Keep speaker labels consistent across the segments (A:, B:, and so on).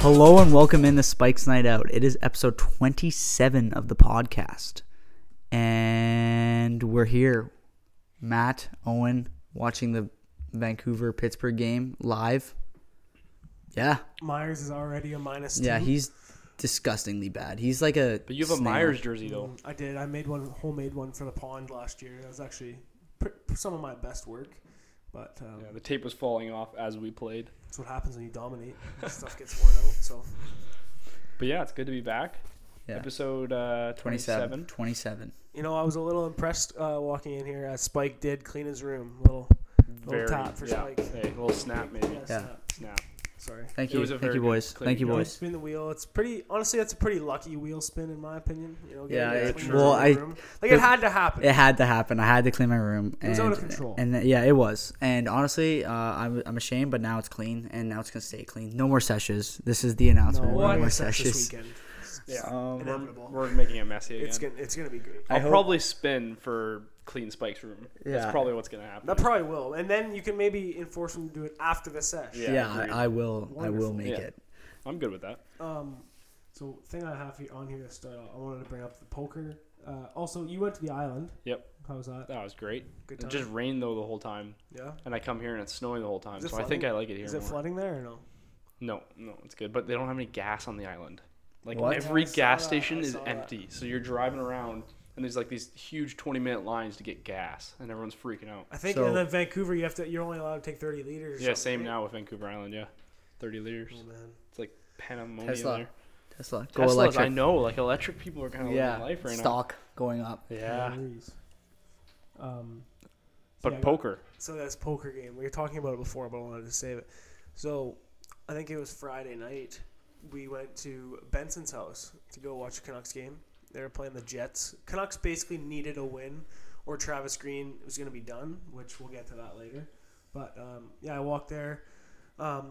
A: Hello and welcome in to Spike's Night Out. It is episode 27 of the podcast. And we're here. Matt, Owen, watching the Vancouver Pittsburgh game live. Yeah.
B: Myers is already a minus two.
A: Yeah, he's disgustingly bad. He's like a.
C: Mm-hmm. But you have a
A: snail.
C: Myers jersey though.
B: I did. I made one homemade one for the pond last year. That was actually pr- pr- some of my best work. But um,
C: Yeah, the tape was falling off as we played.
B: that's what happens when you dominate. Stuff gets worn out. So
C: But yeah, it's good to be back.
A: Yeah.
C: Episode uh,
A: 27.
C: 27.
A: 27.
B: you know, I was a little impressed uh, walking in here as Spike did clean his room. Little little tap for
C: yeah.
B: Spike.
C: Hey, a little snap maybe.
B: Yeah,
A: Yeah.
B: snap.
C: Snap.
B: Sorry.
A: Thank
C: It
A: you.
C: was a
A: Thank
C: very
A: you,
C: good
A: boys.
C: clean
A: Thank you,
C: job.
B: You know,
A: boys.
B: spin the wheel. It's pretty. Honestly, that's a pretty lucky wheel spin in my opinion. You know, getting
A: Yeah,
B: to
A: it-
B: clean
A: well,
B: his
A: I-
B: own room. like
A: the-
B: it had to happen.
A: It had to happen. I had to clean my room.
B: It
A: And,
B: was out of control.
A: And th- yeah, it was. And honestly, uh, I'm, I'm ashamed, but now it's clean, and now it's gonna stay clean. No more seshes. This is the announcement.
B: no,
A: No,
B: what?
A: more
B: Except
A: seshes.
B: This weekend.
C: Yeah.
A: Um,
C: we're,
B: Inevitable.
C: we're making it messy again.
B: It's gonna it's gonna be great.
A: I
C: I'll
A: hope-
C: probably spin for clean Spike's room.
A: Yeah.
C: That's probably what's gonna happen.
B: That probably will, and then you can maybe enforce them to do it after the session.
A: Yeah,
C: Yeah, agreed.
A: I, I will. I will
B: Wonderful.
A: make
C: Yeah.
A: it.
C: I'm good with that.
B: Um, so thing I have here on here to start, out, I wanted to bring up the poker. Uh, also, you went to the island.
C: Yep.
B: How was that?
C: That was great.
B: Good time.
C: It just rained though the whole time,
B: yeah.
C: and I come here and it's snowing the whole time.
B: Is it
C: So I think I
B: flooding?
C: like it here.
B: Is it
C: more.
B: flooding there or no?
C: No, no, it's good. But they don't have any gas on the island. Like
A: What?
C: every
B: Yeah, I saw
C: gas
B: that,
C: station
B: I
C: is
B: saw that.
C: empty. So you're driving around and there's like these huge 20 minute lines to get gas and everyone's freaking out.
B: I think
A: So-
B: in the Vancouver you have to. You're only allowed to take 30 liters. or
C: Yeah,
B: something,
C: same
B: right?
C: now with Vancouver Island, yeah. 30 liters.
B: Oh man.
C: It's like pandemonium
A: Tesla.
C: there.
A: Tesla. Go
C: Teslas,
A: electric.
C: I know, like electric people are kind of
A: Yeah.
C: living life right
A: Stock going up.
C: now. Yeah.
B: No worries. Um,
C: But
B: yeah, I got-
C: poker.
B: So that's poker game. We were talking about it before, but I wanted to save it. So I think it was Friday night. We went to Benson's house to go watch a Canucks game. They were playing the Jets. Canucks basically needed a win, or Travis Green was going to be done, which we'll get to that later. But um, yeah, I walked there. Um,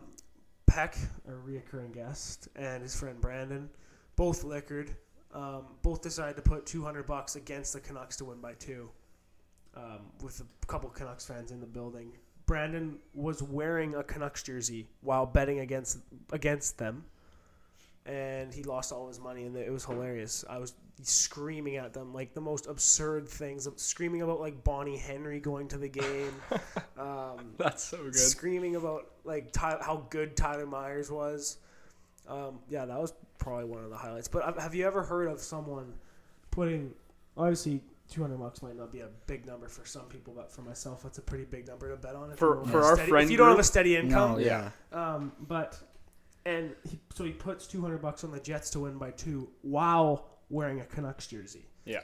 B: Peck, our reoccurring guest, and his friend Brandon, both liquored. Um, both decided to put 200 bucks against the Canucks to win by two um, with a couple Canucks fans in the building. Brandon was wearing a Canucks jersey while betting against against them, and he lost all his money, and it was hilarious. I was screaming at them like the most absurd things, screaming about like Bonnie Henry going to the game, um,
C: That's so good.
B: screaming about like Ty- how good Tyler Myers was. Um, yeah, that was probably one of the highlights. But uh, have- have you ever heard of someone putting obviously 200 bucks might not be a big number for some people, but for myself, that's a pretty big number to bet on. if
C: For-
B: you don't
C: for
B: have a
C: our
B: steady,
C: friend
B: if you don't have a
C: group?
B: steady income,
A: No, yeah.
B: um, but and he, so he puts 200 bucks on the Jets to win by two while wearing a Canucks jersey.
C: Yeah.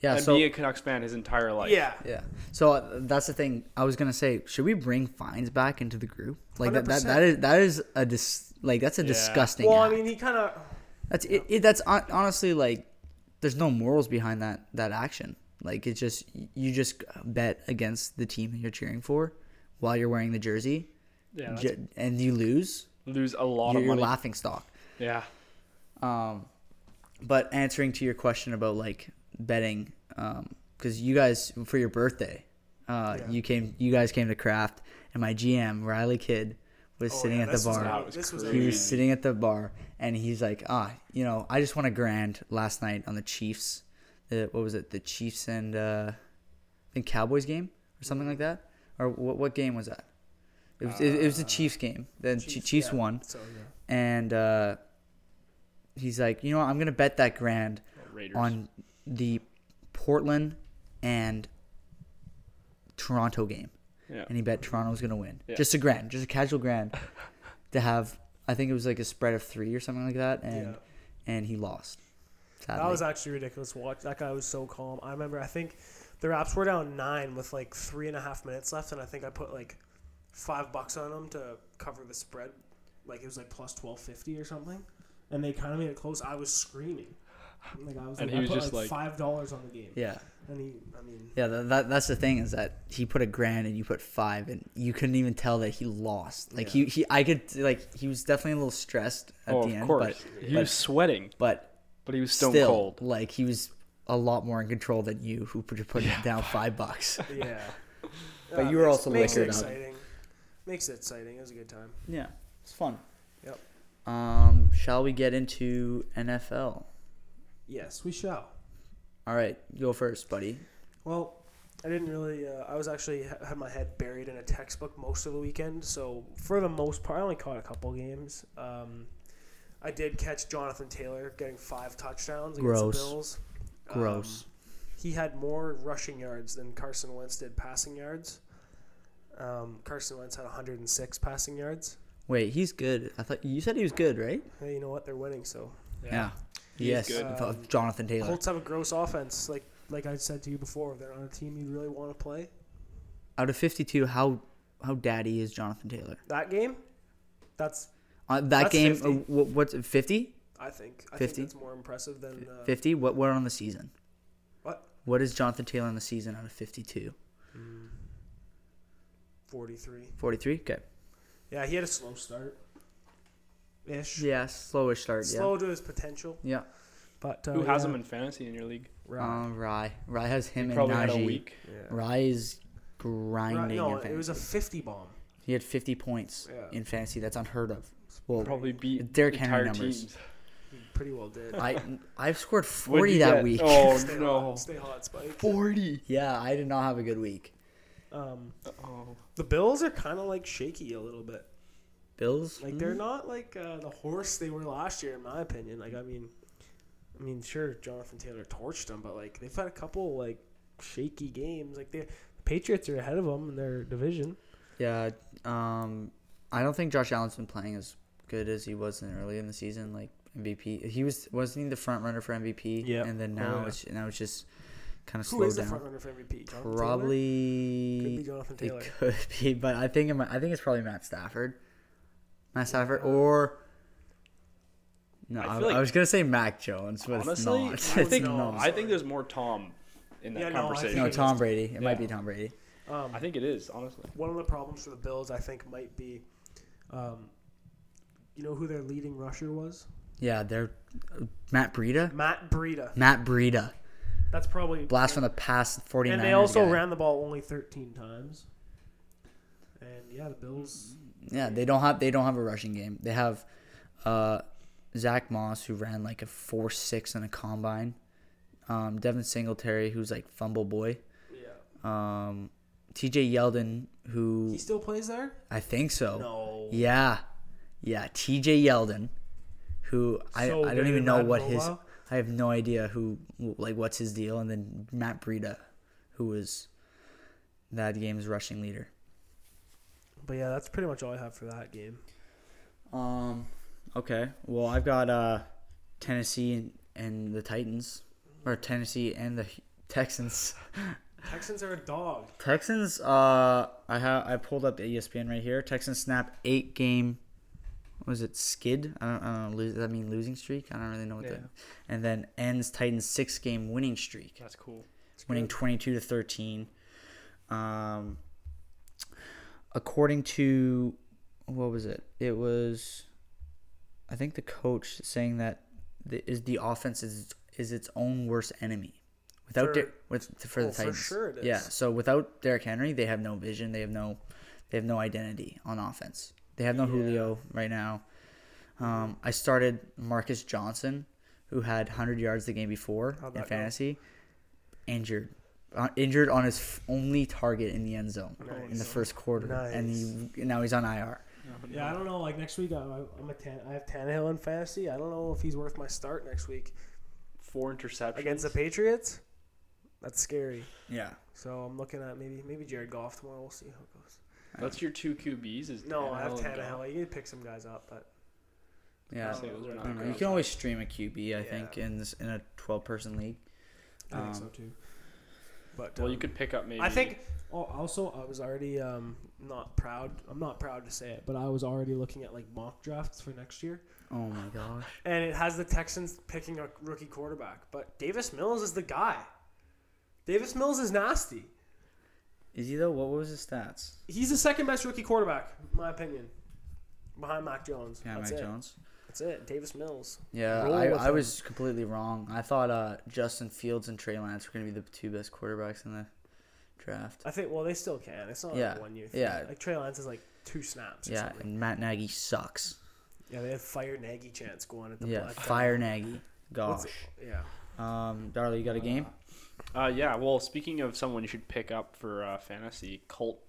A: Yeah.
C: and
A: so
C: being a Canucks fan his entire life.
B: yeah,
A: yeah. So uh, that's the thing. I was gonna say, should we bring fines back into the group? Like that, that. That is that is a dis. Like that's a
C: Yeah.
A: disgusting.
B: well, I
A: act.
B: mean, he oh, kind of
A: That's it, it. That's hon- honestly like, there's no morals behind that that action. Like it's just you just bet against the team that you're cheering for, while you're wearing the jersey,
C: Yeah. that's-
A: ju- and you lose.
C: lose a lot
A: You're,
C: of
A: you're
C: money.
A: laughing stock.
C: yeah.
A: Um, but answering to your question about like betting, because you guys for your birthday, uh,
B: Yeah.
A: you came, you guys came to craft, and my GM Riley Kidd
C: Oh,
A: was sitting
B: yeah,
A: at
B: this
A: the
B: was
A: bar.
B: out-
C: was
B: this was
C: crazy.
A: He
B: out.
A: was sitting at the bar and he's like, ah, you know, I just won a grand last night on the Chiefs. The, what was it? The Chiefs and uh, I think Cowboys game or something like that. Or what, what game was that? It was, it, it was the Chiefs game. Then Chiefs,
B: Chiefs,
A: Chiefs
B: yeah.
A: won,
B: So yeah,
A: and uh, he's like, you know, what? I'm gonna bet that grand
C: Raiders.
A: on the Portland and Toronto game
C: yeah.
A: and he bet Toronto was going to win.
C: Yeah.
A: Just a grand, just a casual grand to have. I think it was like a spread of three or something like that, and
B: Yeah.
A: and he lost. Sadly.
B: that was actually ridiculous. Watch that guy was so calm. I remember. I think the Raps were down nine with like three and a half minutes left, and I think I put like five bucks on them to cover the spread. Like it was like plus twelve fifty or something, and they kind of made it close. I was screaming. Like I was, like,
C: And he
B: I
C: was
B: put
C: just,
B: like
C: like-
B: five dollars on the game,
A: yeah,
B: and he. I mean,
A: yeah. That, that, that's the thing is that he put a grand and you put five, and you couldn't even tell that he lost. Like he, he, I could like he was definitely a little stressed at
C: oh,
A: the
C: of
A: end,
C: course.
A: but
C: he
A: but,
C: was sweating,
A: but
C: but he was stone
A: still,
C: cold.
A: like he was a lot more in control than you, who put put down five bucks.
B: yeah. Uh,
A: But you were
B: makes-
A: also
B: makes it
A: liquored up.
B: exciting. Makes it exciting. It was a good time.
A: Yeah, it's fun.
B: Yep.
A: Um, shall we get into NFL?
B: Yes, we shall.
A: All right, go first, buddy.
B: Well, I didn't really. Uh, I was actually had my head buried in a textbook most of the weekend, so for the most part, I only caught a couple games. Um, I did catch Jonathan Taylor getting five touchdowns against
A: Gross.
B: the Bills. Um,
A: Gross.
B: he had more rushing yards than Carson Wentz did passing yards. Um, Carson Wentz had 106 passing yards.
A: Wait, he's good. I thought you said he was good, right?
B: Hey, you know what? They're winning, so
C: He's
A: Yes,
C: good.
A: of Jonathan Taylor.
B: Colts have a gross offense. Like like I said to you before, they're on a team you really want to play.
A: Out of 52, how how daddy is Jonathan Taylor?
B: That game, that's
A: Uh, that
B: That's
A: game,
B: 50.
A: uh, wh- what's 50?
B: I think I
A: 50?
B: think that's more impressive than uh,
A: 50? What what on the season?
B: what
A: What is Jonathan Taylor in the season out of 52?
B: 43.
A: 43? Okay.
B: Yeah, he had a slow start. Ish.
A: Yeah, slowish start.
B: Slow to his potential,
A: Yeah.
B: but
A: Oh,
B: uh,
C: Who has
B: yeah.
C: him in fantasy in your league?
A: Yeah.
B: Right.
A: Um, Rye. Rye has him
C: He
A: and
C: probably had a
A: Najee.
C: week.
B: yeah.
A: Rye is
B: Right,
A: grinding.
B: No,
A: in
B: it was a
A: fantasy.
B: 50 bomb.
A: he had 50 points
B: Yeah.
A: in fantasy. That's unheard of. Well,
C: Probably beat
A: Derrick Henry
C: entire
A: numbers.
C: teams.
B: He pretty well did.
A: I I've scored
C: What'd
A: 40
C: you
A: that
C: get?
A: week.
C: Oh
B: Stay
C: no,
B: hot, stay hot, Spike.
C: forty.
A: Yeah, I did not have a good week.
B: Um,
C: Oh,
B: the Bills are kind of like shaky a little bit.
A: Bills. Hmm?
B: Like they're not like uh, the horse they were last year, in my opinion. Like I mean, I mean, sure, Jonathan Taylor torched them, but like they've had a couple like shaky games. Like they, the Patriots are ahead of them in their division.
A: Yeah. Um, I don't think Josh Allen's been playing as good as he was in early in the season. Like MVP, he was wasn't he the front runner for MVP?
B: Yeah.
A: And then
B: Oh,
A: now
B: yeah.
A: it's now it's just kind of
B: Who
A: slowed
B: is the
A: down.
B: front runner for MVP? Jonathan
A: Probably.
B: Taylor? could be Jonathan Taylor.
A: It could be, but I think it might, I think it's probably Matt Stafford. Matt Stafford or no,
C: I
A: I,
C: feel like-
A: I was gonna say Mac Jones, but it's
C: honestly,
A: not.
C: I
A: It's
C: think
A: not.
C: I think there's more Tom in that
B: Yeah, no, I
C: conversation.
A: no
B: think-
A: Tom Brady. It might
C: Yeah.
A: be Tom Brady.
B: Um,
C: I think it is honestly.
B: one of the problems for the Bills, I think, might be, um, you know, who their leading rusher was?
A: Yeah, they're Matt Breida.
B: Matt Breida.
A: Matt Breida,
B: That's probably
A: blast from the past 49
B: And they also ran the ball only 13 times. And yeah, the Bills.
A: Yeah, they don't have they don't have a rushing game. They have uh, Zach Moss who ran like a four six in a combine. Um, Devin Singletary who's like fumble boy.
B: Yeah.
A: Um, TJ Yeldon who
B: He still plays there?
A: I think so.
B: No.
A: Yeah, yeah. TJ Yeldon, who I,
B: So
A: I don't
B: good
A: even
B: in
A: know
B: that
A: what his
B: rollout.
A: I have no idea who like what's his deal, and then Matt Breida, who was that game's rushing leader.
B: But yeah, that's pretty much all I have for that game.
A: Um, okay. Well, I've got uh Tennessee and, and the Titans, or Tennessee and the Texans.
B: Texans are a dog.
A: Texans. Uh, I have I pulled up E the ESPN right here. Texans snap eight game. what Was it skid? I don't, I don't know. Lose, does that mean losing streak? I don't really know what that.
C: Yeah.
A: And then ends Titans six game winning streak,
C: That's cool.
A: winning twenty two to thirteen. Um, according to what was it? It was, I think the coach saying that the, is the offense is is its own worst enemy. Without
B: For-
A: Der- with for
B: Oh,
A: the
B: for
A: Titans,
B: sure it
A: yeah.
B: is.
A: So without Derrick Henry, they have no vision. They have no, they have no identity on offense. They have no Julio right now. Um, I started Marcus Johnson, who had 100 yards the game before
B: How'd
A: in
B: that go?
A: fantasy, injured, uh, injured on his f- only target in the end zone in the
B: Nice.
A: first quarter, and he, now he's on IR.
B: Yeah, I don't know. Like next week, I, I'm a tan- I have Tannehill in fantasy. I don't know if he's worth my start next week
C: Four interceptions
B: against the Patriots. That's scary.
A: Yeah.
B: So I'm looking at maybe maybe Jared Goff tomorrow. We'll see how it goes.
C: That's your two QBs. Is
B: No, I have
C: Tannehill and Goff.
B: Tannehill. You need to pick some guys up, but
A: Yeah.
C: Honestly, those are
A: I
C: not
A: don't know.
C: good
A: You can always stream a QB, I
B: Oh, Yeah.
A: think, in this, in a 12 person league.
B: I
A: Um,
B: think so too. But
C: Well, you
B: um,
C: could pick up maybe.
B: I think oh, also I was already um, not proud. I'm not proud to say it, but I was already looking at like mock drafts for next year,
A: Oh my gosh.
B: and it has the Texans picking a rookie quarterback. But Davis Mills is the guy. Davis Mills is nasty.
A: Is he though? What was his stats?
B: He's the second best rookie quarterback, in my opinion, behind Mac Jones.
A: Yeah,
B: That's
A: Mike
B: it.
A: Jones.
B: That's it. Davis Mills.
A: Yeah,
B: Roll
A: I,
B: with
A: I
B: him.
A: was completely wrong. I thought uh, Justin Fields and Trey Lance were going to be the two best quarterbacks in the draft.
B: I think. Well, they still can. It's not
A: Yeah,
B: like one year. Thing.
A: yeah.
B: Like Trey Lance is like two snaps. Or
A: Yeah,
B: Something.
A: and Matt Nagy sucks.
B: Yeah, they had fire Nagy chants going at the
A: Yeah,
B: Black Diamond.
A: fire Nagy.
B: What's-
A: Gosh.
B: Yeah.
A: Um, Darla, you got a game?
C: Uh, yeah. Well, speaking of someone you should pick up for uh, fantasy, Colt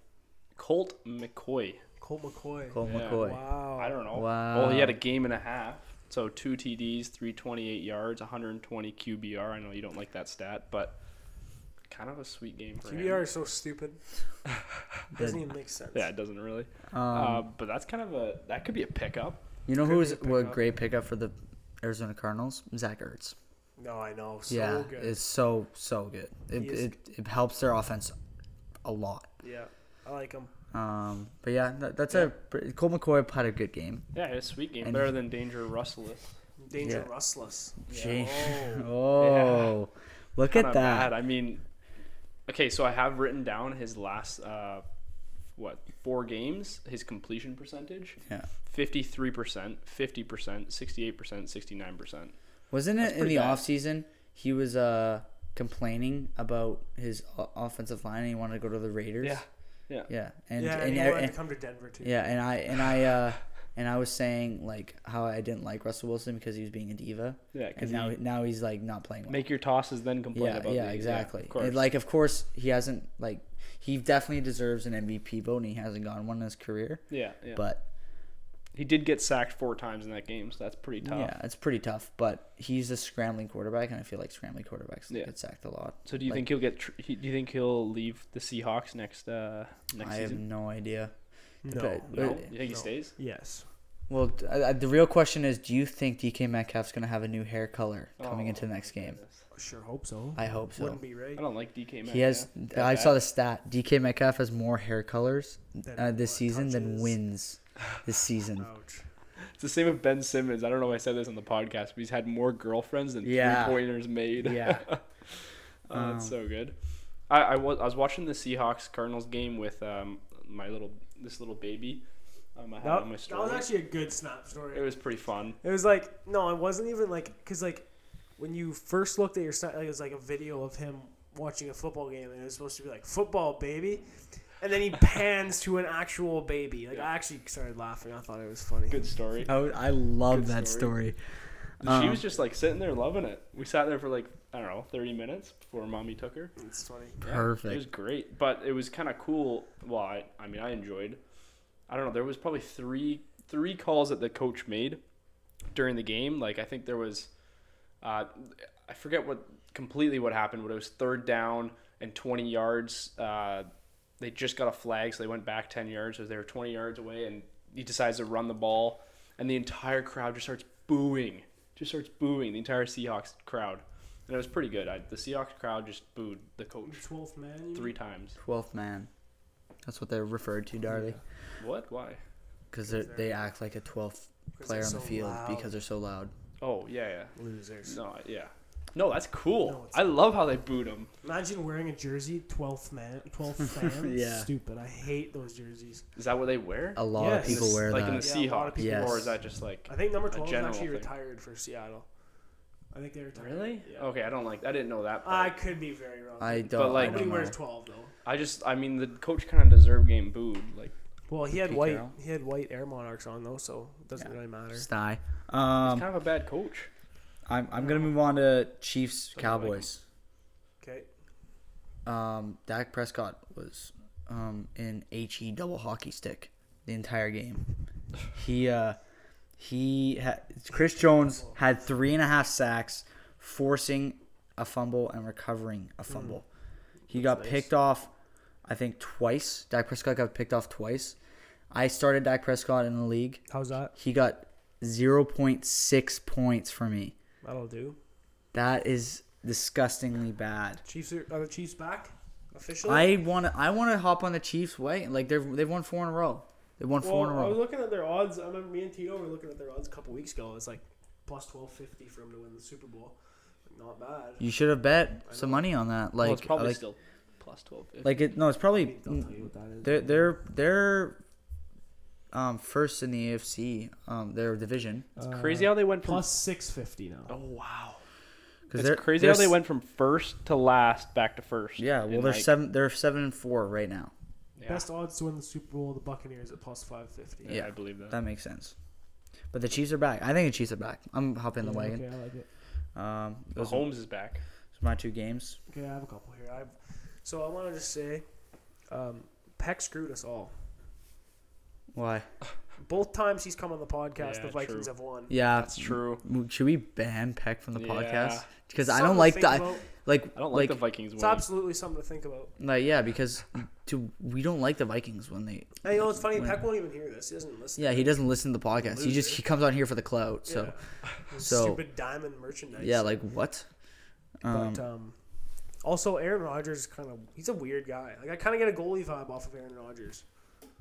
C: Colt McCoy.
B: Colt McCoy.
A: Cole
C: yeah.
A: McCoy.
B: Wow.
C: I don't know.
A: Wow.
C: Well, he had a game and a half. So two TDs, 328 yards, 120 QBR. I know you don't like that stat, but kind of a sweet game for him.
B: QBR is so stupid. Doesn't
A: Good.
B: even make sense.
C: Yeah, it doesn't really.
A: Um,
C: uh, but that's kind of a that could be a pickup.
A: you know
B: could
A: who
B: be
A: was
B: a
A: what a
B: pickup.
A: great pickup for the Arizona Cardinals? Zach Ertz.
B: No, I know. So
A: yeah,
B: good.
A: it's so so good. It,
B: He is-
A: it it helps their offense a lot.
B: Yeah. I like him.
A: Um, but yeah, that, that's a pretty- Cole McCoy had a good game.
C: Yeah, it's a sweet game.
A: And-
C: Better than Danger Russell.
B: Danger
A: Yeah.
B: Rustless.
A: Gee.
B: Oh.
A: Oh, look at
C: Kinda
A: that.
C: bad. I mean, okay, so I have written down his last uh, what four games, his completion percentage.
A: Yeah.
C: 53%, 50%, 68%, 69%.
A: Wasn't it in
C: pretty
A: the
C: bad.
A: off season he was uh complaining about his o- offensive line and he wanted to go to the Raiders?
C: Yeah. Yeah.
A: Yeah, and
B: yeah,
A: and, e-,
B: he
A: and,
B: wanted to come to Denver too.
A: yeah, and I and I uh and I was saying like how I didn't like Russell Wilson because he was being a diva.
C: Yeah, 'cause
A: and now
C: he-
A: now he's like not playing well.
C: Make your tosses, then complain
A: yeah,
C: about
A: yeah,
C: these.
A: exactly.
C: of course.
A: And, like, of course, he hasn't like he definitely deserves an MVP vote, and he hasn't gotten one in his career.
C: yeah, yeah.
A: But
C: he did get sacked four times in that game, so that's pretty tough.
A: yeah, it's pretty tough. But he's a scrambling quarterback, and I feel like scrambling quarterbacks
C: Yeah.
A: get sacked a lot.
C: So do you
A: Like-
C: think he'll get? Tr- he, do you think he'll leave the Seahawks next uh, next
A: I have
C: season?
A: no idea.
B: No.
A: But-
C: No,
A: uh,
C: you think he
B: No.
C: stays?
B: Yes.
A: Well, d- I- I- the real question is, do you think DK Metcalf's going to have a new hair color coming
C: Oh,
A: into the next game?
C: goodness.
B: I sure hope so.
A: I hope so.
B: Wouldn't be right.
C: I don't like DK. Metcalf
A: He has.
C: that
A: I
C: bad.
A: saw the stat. DK Metcalf has more hair colors
B: Than
A: uh, this
B: what
A: season than
B: touches.
A: wins this season.
B: Ouch.
C: It's the same with Ben Simmons. I don't know if I said this on the podcast, but he's had more girlfriends than
A: Yeah.
C: three pointers made.
A: Yeah. Um,
C: oh, that's so good. I, I was I was watching the Seahawks Cardinals game with um my little this little baby. Um, I had
B: That,
C: on my
B: that
C: story.
B: was actually a good snap story.
C: it was pretty fun.
B: It was like no, it wasn't even like because like when you first looked at your site, like, it was like a video of him watching a football game, and it was supposed to be like football baby, and then he pans to an actual baby. Like I actually started laughing. I thought it was funny.
C: Good story.
A: I, would- I love
C: Good
A: that
C: story.
A: story.
C: she
A: Um,
C: was just like sitting there loving it. We sat there for like I don't know thirty minutes before mommy took her.
B: It's funny.
C: Yeah,
A: Perfect.
C: It was great, but it was kind of cool. Well, I, I mean, I enjoyed. I don't know. There was probably three three calls that the coach made during the game. Like I think there was, uh, I forget what completely what happened, but it was third down and twenty yards. Uh, they just got a flag, so they went back ten yards. So they were twenty yards away, and he decides to run the ball, and the entire crowd just starts booing. Just starts booing the entire Seahawks crowd, and it was pretty good. I, the Seahawks crowd just booed the coach
B: Twelfth man. you
C: three times.
A: Twelfth man. That's what they're referred to, Darley,
C: What? Why?
A: because they act like a twelfth
B: Because
A: player
B: they're
A: on the
B: so
A: field
B: loud.
A: because they're so loud.
C: Oh yeah, yeah.
B: know? losers.
C: No, yeah. No, that's cool.
B: No, it's-
C: I love how they booed him.
B: Imagine wearing a jersey, twelfth man, twelfth fan.
A: Yeah.
B: Stupid. I hate those jerseys.
C: Is that what they wear?
A: A lot
B: Yes.
A: of people
C: Is-
A: wear
C: like
A: that.
C: in the
B: Yeah, a lot
C: Seahawks,
B: of people
A: Yes.
C: or is that just like
B: I think number
C: A
B: twelve is
C: general
B: actually
C: thing.
B: retired for Seattle. I think they retired.
C: really?
B: Yeah.
C: Okay, I don't like. I didn't know that.
B: I
C: Part.
B: could be very wrong.
A: I don't.
C: like-
A: I
B: Nobody
A: don't know.
B: wears twelve though.
C: I just, I mean, the coach kind of deserved getting booed. Like,
B: Well, he had
A: Pete
B: white.
A: Carroll.
B: He had white Air Monarchs on though, so it doesn't
A: Yeah.
B: really matter.
A: Sty.
C: he's
A: Um,
C: kind of a bad coach.
A: I'm I'm gonna move on to Chiefs
C: like
A: Cowboys.
B: Okay.
A: Um, Dak Prescott was um in he double hockey stick the entire game. He uh he ha- Chris Jones had three and a half sacks, forcing a fumble and recovering a fumble. He got
B: nice.
A: picked off, I think twice. Dak Prescott got picked off twice. I started Dak Prescott in the league.
B: How's that?
A: He got zero point six points for me.
B: That'll do.
A: That is disgustingly bad.
B: Chiefs are, are the Chiefs back officially.
A: I want to. I want to hop on the Chiefs' way. Like they've they've won four in a row. They won
B: well,
A: four in a
B: I was
A: row.
B: looking at their odds. I remember me and Tito were looking at their odds a couple weeks ago. It's like plus twelve fifty for him to win the Super Bowl. Not bad.
A: You should have bet some money on that. Like
C: well, it's probably
A: like,
C: still plus twelve. if-
A: like it. No, it's probably
B: They'll tell you what that is.
A: they're they're they're um first in the AFC um their division
C: it's crazy how they went from.
B: Plus six fifty now.
C: oh wow.
A: because
C: It's
A: they're
C: crazy
A: they're
C: how they
A: s-
C: went from first to last, back to first.
A: Yeah, well
C: in,
A: they're
C: like-
A: seven they're seven and four right now.
C: Yeah,
B: Best odds to win the Super Bowl: the Buccaneers at plus five fifty.
C: yeah,
A: Yeah.
C: I believe that.
A: That makes sense. But the Chiefs are back. I think the Chiefs are back. I'm hopping the wagon.
B: Okay, I like it.
A: Um, those are
C: Holmes is back.
A: my two games.
B: Okay, I have a couple here. I've so I want to just say, um, Peck screwed us all.
A: Why?
B: Both times he's come on the podcast,
C: Yeah,
B: the Vikings
C: true.
B: have won.
A: Yeah,
C: That's true.
A: w- Should we ban Peck from the podcast?
C: Yeah.
A: Because I
B: Something
A: don't
B: to
A: like
B: think
A: that.
B: about.
A: Like,
C: I don't like,
A: like
C: the Vikings
B: It's
C: winning.
B: absolutely something to think about.
A: Like yeah, because to, we don't like the Vikings when they.
B: Hey, you know, it's funny.
A: when-
B: Peck won't even hear this. He doesn't listen.
A: Yeah, he doesn't listen to the podcast. He just
B: Loser.
A: he comes on here for the clout. So
B: Yeah.
A: so-
B: stupid diamond merchandise.
A: yeah, like what? Um,
B: but um, also Aaron Rodgers is kind of he's a weird guy. Like I kind of get a goalie vibe off of Aaron Rodgers.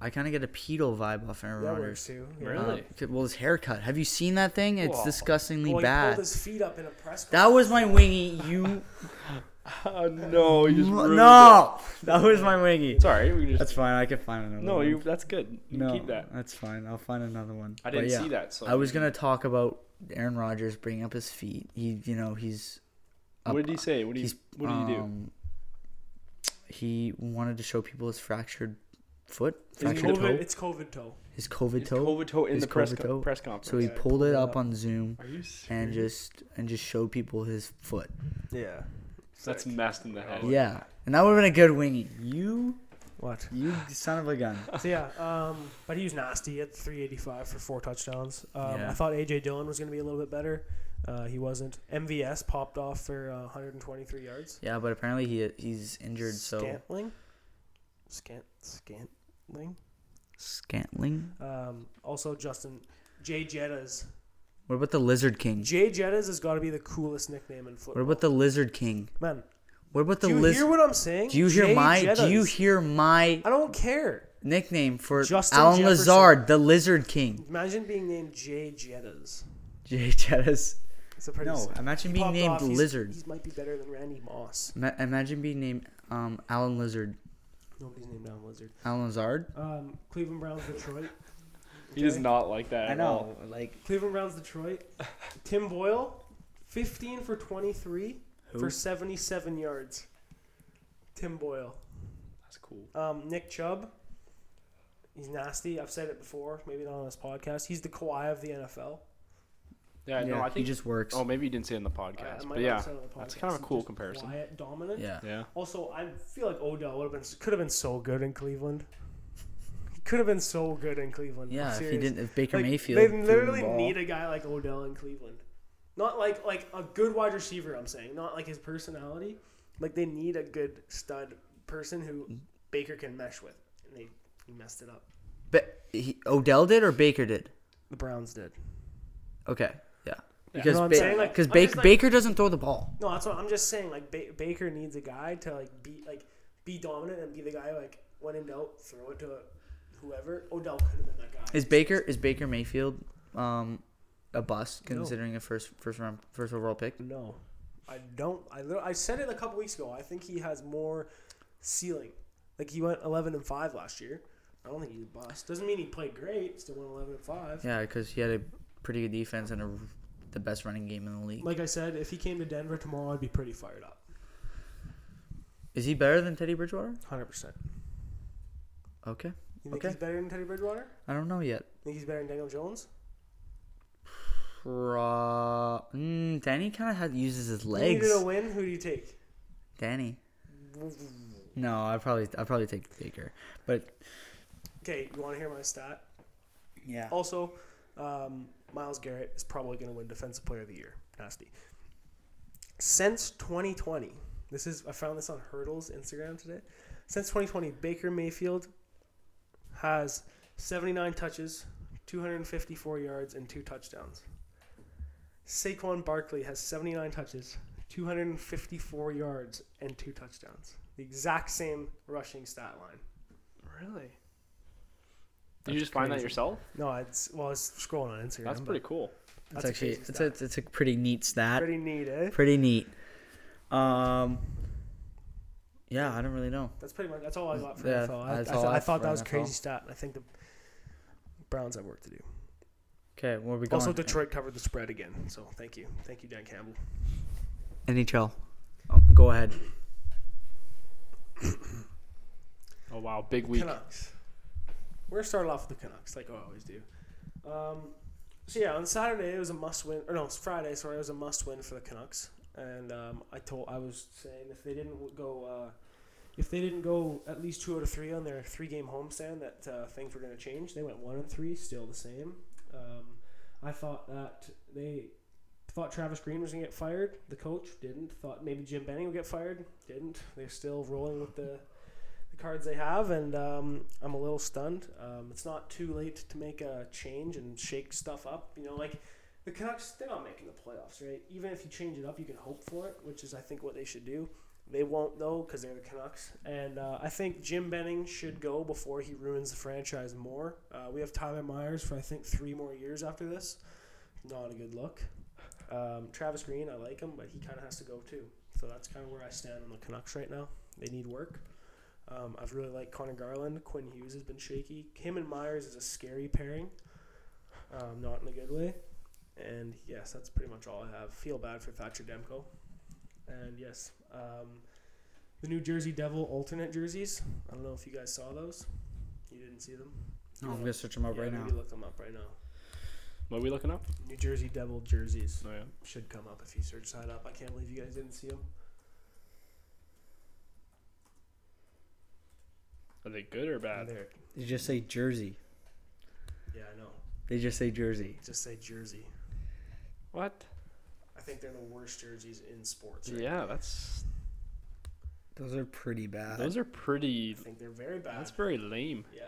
A: I kind of get a pedo vibe off Aaron
B: That
A: Rodgers.
B: works too.
A: Uh,
C: Really?
A: c- well, his haircut. Have you seen that thing? It's
C: Whoa.
A: disgustingly
B: Well, he
A: bad.
B: pulled his feet up in a press.
A: that was my wingy. You
C: Uh, no, you just ruined It.
A: no. That was my wingy.
C: It's all right. We can just.
A: That's fine. I can find another.
C: no,
A: one.
C: you. That's good. You
A: no.
C: keep that.
A: That's fine. I'll find another one.
C: I
A: But
C: didn't
A: yeah.
C: see that. So
A: I was gonna talk about Aaron Rodgers bringing up his feet. He, you know, he's.
C: What did he say? What did he?
A: he's-
C: What did he do?
A: um, He wanted to show people his fractured foot,
B: It's
A: fractured toe,
B: COVID, it's COVID toe.
A: his COVID
C: His
A: toe.
C: COVID toe in
A: His
C: the press
A: COVID
C: co-
A: toe.
C: press conference.
A: So he
B: Yeah,
A: pulled it up
B: up.
A: on Zoom
C: Are you
A: and
C: serious?
A: just and just showed people his foot.
B: Yeah.
C: That's messed in the head.
A: Yeah, and that would have been a good wingy. You,
B: What?
A: you son of a gun.
B: So yeah, um, but he was nasty at 385 for four touchdowns. Um,
A: Yeah.
B: I thought AJ Dillon was going to be a little bit better. Uh, he wasn't. MVS popped off for uh, 123 yards.
A: Yeah, but apparently he he's injured. So
B: Scantling, scant, scantling.
A: Scantling.
B: Um, also, Justin Jay Jettas.
A: What about the Lizard King?
B: Jay Jettas has got to be the coolest nickname in
A: What
B: football.
A: about the Lizard King?
B: man?
A: What about the
B: Do you hear
A: lizard?
B: what I'm saying?
A: Do you hear
B: Jay
A: my? Do you
B: Jettas.
A: hear my
B: I don't care.
A: nickname for
B: Justin
A: Alan
B: Jefferson.
A: Lazard, the Lizard King?
B: Imagine being named Jay Jettas.
A: Jay Jettis.
B: It's a pretty
A: No,
B: sick-
A: imagine
B: he
A: being
B: popped
A: named
B: he's-
A: Lizard.
B: He might be better than Randy Moss.
A: Ma- imagine being named um, Alan Lizard.
B: Nobody's named Alan Lizard.
A: Alan Lazard.
B: Um, Cleveland Browns, Detroit.
C: He does not like that.
A: I
C: at all.
A: know. Like
B: Cleveland Browns, Detroit. Tim Boyle, 15 for 23
A: Who?
B: for 77 yards. Tim Boyle.
C: That's cool.
B: Um, Nick Chubb. He's nasty. I've said it before, maybe not on this podcast. He's the Kawhi of the NFL.
C: Yeah, no, I
A: he
C: think.
A: just works.
C: oh, maybe you didn't say it in the
B: I- I
C: podcast,
B: might
C: but
B: not
C: yeah,
B: have said it on the
C: that's
B: podcast.
C: kind of a
B: He's
C: cool
B: just
C: comparison.
B: Quiet, dominant.
A: yeah.
C: Yeah.
B: Also, I feel like Odell would have been could have been so good in Cleveland. He could have been so good in Cleveland. I'm
A: Yeah. If he
B: serious.
A: didn't, if Baker
B: Like,
A: Mayfield.
B: They
A: threw him the
B: literally
A: ball-
B: need a guy like Odell in Cleveland. Not like like a good wide receiver. I'm saying not like his personality. Like they need a good stud person who Baker can mesh with, and they he messed it up.
A: Ba- he, Odell did or Baker did?
B: The Browns did.
A: Okay. Yeah.
B: You
A: Because
B: know what I'm saying? Like,
A: because
B: I'm
A: Baker
B: just like-
A: Baker doesn't throw the ball.
B: No, that's what I'm just saying. Like ba- Baker needs a guy to like be like be dominant and be the guy like when in doubt throw it to whoever. Odell could have been that guy.
A: Is Baker is Baker Mayfield um a bust considering a first first round first overall pick?
B: No, I don't. I lit- I said it a couple weeks ago. I think he has more ceiling. Like he went eleven and five last year. I don't think he's a bust. Doesn't mean he played great. Still went eleven and five.
A: Yeah, because he had a pretty good defense and a, the best running game in the league.
B: Like I said, if he came to Denver tomorrow, I'd be pretty fired up.
A: Is he better than Teddy Bridgewater?
B: Hundred percent.
A: Okay.
B: You think
A: Okay.
B: he's better than Teddy Bridgewater?
A: I don't know yet.
B: Think he's better than Daniel Jones?
A: Pro- mm, Danny kind of had uses his
B: If You
A: legs.
B: needed a win. Who do you take?
A: Danny. No, I probably I probably take Baker, but
B: Okay, you want to hear my stat?
A: yeah,
B: Also, um, Miles Garrett is probably going to win Defensive Player of the Year. Nasty. Since 2020, this is I found this on Hurdles Instagram today. Since 2020, Baker Mayfield has 79 touches, 254 yards, and two touchdowns. Saquon Barkley has 79 touches, 254 yards, and two touchdowns. The exact same rushing stat line.
C: Really? Did you just find that
B: crazy.
C: yourself?
B: No, it's well, I was scrolling on Instagram.
C: That's
B: but
C: pretty cool.
A: it's
B: a
A: actually
B: crazy
A: it's a,
B: stat.
A: it's a pretty neat stat. Pretty,
B: pretty neat, eh?
A: neat. Um, yeah, I don't really know.
B: That's pretty much that's all I got for
A: Yeah,
B: NFL. I,
A: that's
B: I,
A: all
B: thought-
A: I
B: I
A: have
B: thought
A: for
B: that was
A: NFL.
B: crazy stat. and I think the Browns have work to do.
A: Okay, where are we going?
B: Also, Detroit covered the spread again. So thank you, thank you, Dan Campbell.
A: NHL. Oh, go ahead.
C: Oh wow, big week.
B: Canucks. We're starting off with the Canucks, like I always do. Um, So yeah, on Saturday it was a must win, or no, it's Friday. Sorry, it was a must win for the Canucks. And um, I told, I was saying if they didn't w- go, uh, if they didn't go at least two out of three on their three game homestand, that uh, things were going to change. They went one and three, still the same. Um, I thought that they thought Travis Green was going to get fired. The coach didn't. Thought maybe Jim Benning would get fired. Didn't. They're still rolling with the the cards they have, and um, I'm a little stunned. Um, it's not too late to make a change and shake stuff up. You know, like the Canucks, they're not making the playoffs, right? Even if you change it up, you can hope for it, which is I think what they should do. They won't though because they're the Canucks, and uh, I think Jim Benning should go before he ruins the franchise more. Uh, we have Tyler Myers for I think three more years after this. Not a good look. Um, Travis Green, I like him, but he kind of has to go too. So that's kind of where I stand on the Canucks right now. They need work. Um, I've really liked Connor Garland. Quinn Hughes has been shaky. Him and Myers is a scary pairing, um, not in a good way. And yes, that's pretty much all I have. Feel bad for Thatcher Demko. And yes, um, the New Jersey Devil alternate jerseys. I don't know if you guys saw those. You didn't see them.
A: No, I'm gonna search them up
B: Yeah,
A: right now.
B: maybe look them up right now.
C: What are we looking up?
B: New Jersey Devil jerseys
C: Oh, yeah.
B: should come up if you search that up. I can't believe you guys didn't see them.
C: Are they good or bad?
B: There.
A: They just say Jersey.
B: Yeah, I know.
A: They just say Jersey.
B: Just say Jersey.
C: What?
B: I think they're the worst jerseys in sports. Right
C: Yeah, that's
A: Those are pretty bad.
C: those are pretty.
B: I think they're very bad.
C: That's very lame.
B: yeah.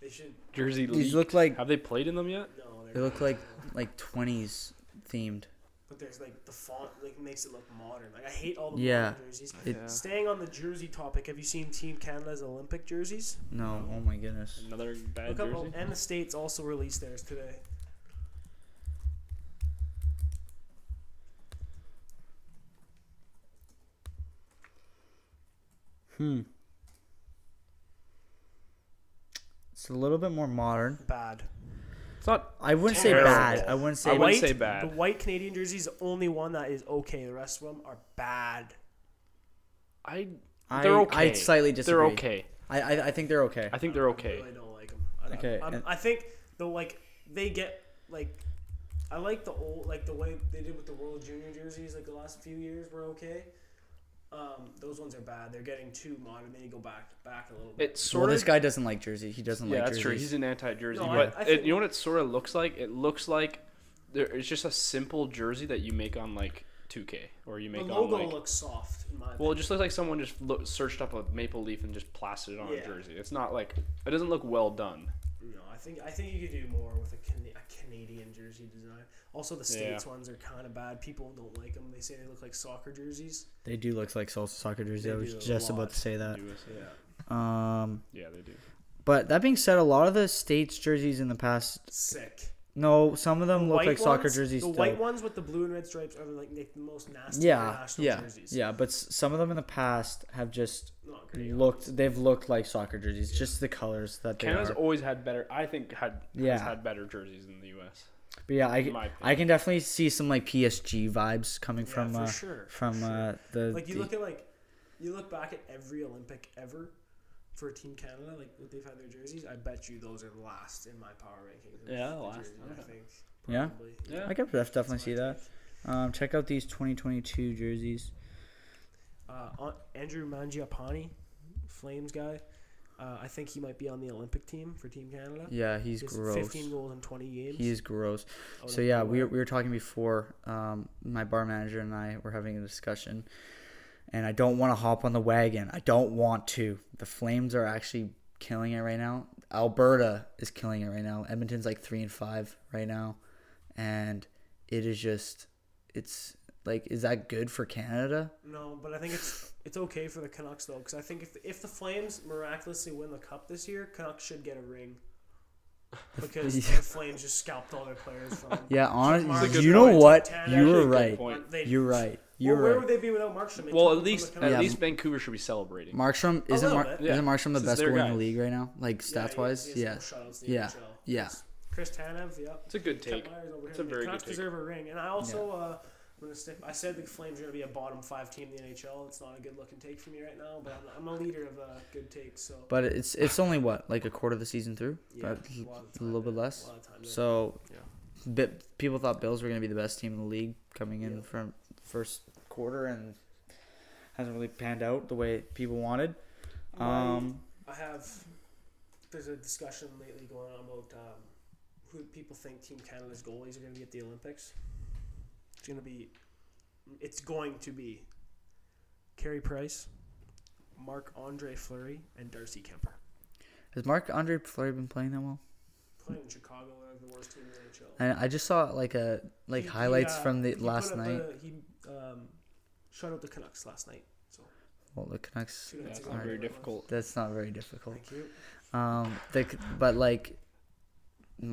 B: They should
C: Jersey
A: These
C: league.
A: look like
C: Have they played in them yet?
B: no. They're
A: they look
B: not.
A: like like 20s themed.
B: But there's like the font like makes it look modern. Like I hate all the
A: Yeah.
B: modern jerseys.
A: It-
C: yeah.
B: Staying on the jersey topic, have you seen Team Canada's Olympic jerseys?
A: No, oh my goodness.
C: Another bad
B: Look up,
C: jersey.
B: and the states also released theirs today.
A: Hmm. It's a little bit more modern.
B: Bad.
C: It's not.
A: I wouldn't say
C: Terrible.
A: bad. I wouldn't say
C: I wouldn't
B: white,
C: say bad.
B: The white Canadian jersey is the only one that is okay. The rest of them are bad.
C: I.
A: I-
C: They're okay.
A: I slightly disagree.
C: They're okay.
A: I, I I think they're okay.
C: I think they're okay.
B: I really don't like them. I,
A: Okay,
B: okay.
A: and-
B: I think the like they get like I like the old like the way they did with the World Junior jerseys like the last few years were okay. Um, those ones are bad. They're getting too modern. They need to go back back a little bit.
C: It sort
A: Well,
C: of.
A: this guy doesn't like Jersey. He doesn't
C: yeah,
A: like
C: that's
A: Jersey.
C: true. He's an anti-jersey,
B: No, I-
C: but
B: I
C: it,
B: think-
C: you know what it sort of looks like? It looks like there. It's just a simple jersey that you make on like 2K or you
B: The
C: make on
B: logo
C: like.
B: looks soft in my
C: well, it just looks like someone just lo- searched up a maple leaf and just plastered it on a
B: Yeah.
C: jersey. It's not like it doesn't look well done.
B: opinion. No, I think I think you could do more with a, Can- a Canadian jersey design. Also, the states ones are kind of bad. People don't like them. They say they look like soccer jerseys.
A: they do look like sol- soccer jersey.
B: They
A: I was
B: do a
A: just
B: lot.
A: about to say that.
C: USA.
A: Um,
C: Yeah, they do.
A: but that being said, a lot of the states jerseys in the past,
B: Sick.
A: no, some of them look
B: White
A: like soccer
B: ones-
A: jerseys.
B: The
A: still.
B: white ones with the blue and red stripes are like the most nasty
A: yeah,
B: national
A: yeah,
B: jerseys.
A: yeah. But s- some of them in the past have just
B: Not great.
A: looked. They've looked like soccer jerseys. Just the colors that they
C: Canada's
A: are.
C: always had better. I think had
A: Yeah.
C: has had better jerseys than the U.S.
A: But yeah,
C: in my
A: I, I can definitely see some like PSG vibes coming
B: Yeah,
A: from
B: for
A: uh,
B: sure, for
A: from
B: sure.
A: uh, the
B: Like you
A: the-
B: look at like you look back at every Olympic ever for Team Canada, like what they've had their jerseys. I bet you those are last in my power rankings. of
C: Yeah,
B: the
C: last,
B: jerseys, I
C: okay.
B: think.
A: Yeah?
B: Probably.
C: Yeah.
A: I can def- definitely
B: That's
A: see
B: my
A: that. Um, check out these 2022 jerseys.
B: Uh, on- Andrew Mangiapane, Flames guy. Uh, I think he might be on the Olympic team for Team Canada.
A: Yeah, he's
B: He has
A: gross.
B: 15 goals in 20 games.
A: He is gross.
B: out of
A: So yeah, we
B: nowhere.
A: were, we were talking before. Um, my bar manager and I were having a discussion, and I don't want to hop on the wagon. I don't want to. The Flames are actually killing it right now. Alberta is killing it right now. Edmonton's like three and five right now, and it is just, it's like, is that good for Canada?
B: No, but I think it's it's okay for the Canucks though, because I think if if the Flames miraculously win the cup this year, Canucks should get a ring. Because
A: Yeah.
B: the Flames just scalped all their players from. them.
A: Yeah,
B: Mark-
A: honestly,
B: Good
A: you know
B: point.
A: what?
B: That's
A: You
B: actually a
A: were
B: good
A: right.
C: point.
B: They-
A: You're right. You're
B: well, where
A: right.
B: would they be without Markstrom? They
C: Well,
B: took him
C: at
B: from
C: least
B: the
C: at
B: Canucks.
C: least Vancouver should be celebrating.
A: Markstrom isn't
B: little
A: Mar-
B: bit.
C: Yeah.
A: isn't Markstrom the
C: This is
A: best goalie
C: their
A: in
C: guy.
A: the league right now? Like
B: Yeah,
A: stats
B: he-
A: wise,
B: he has
A: yeah.
B: more shutouts than
A: Yeah.
B: NHL.
A: Yeah.
B: Chris Tanev, yep.
C: It's a good
B: Kent
C: take.
B: Myers over
C: It's
B: here.
C: a very
B: the Canucks
C: good take.
B: deserve a ring, and I also uh, I'm gonna stick. I said the Flames are gonna be a bottom five team in the NHL. It's not a good looking take for me right now, but I'm, I'm a leader of uh, good takes. So
A: But it's it's only what like a quarter of the season through,
B: Yeah,
A: but
B: a lot of
A: a
B: time
A: little
B: there.
A: bit less.
B: A lot of time there.
A: So
B: Yeah.
A: But people thought Bills were going to be the best team in the league coming in from first quarter and hasn't really panned out the way people wanted. Um,
B: I have. There's a discussion lately going on about um, who people think Team Canada's goalies are going to be at the Olympics. It's going to be. It's going to be. Carey Price, Mark Andre Fleury, and Darcy Kemper.
A: has Mark Andre Fleury been playing that well?
B: Playing in Chicago, they're the worst team in the NHL.
A: And I just saw like a like
B: He- he,
A: highlights
B: uh,
A: from
B: he
A: the
B: put
A: last
B: up a-
A: night.
B: he um, shut out the Canucks last night. So
A: well, the Canucks.
B: two
C: Yeah,
B: nights
C: it's
B: ago.
C: not very difficult.
A: That's not very difficult.
B: Thank you.
A: Um, the, c- but like,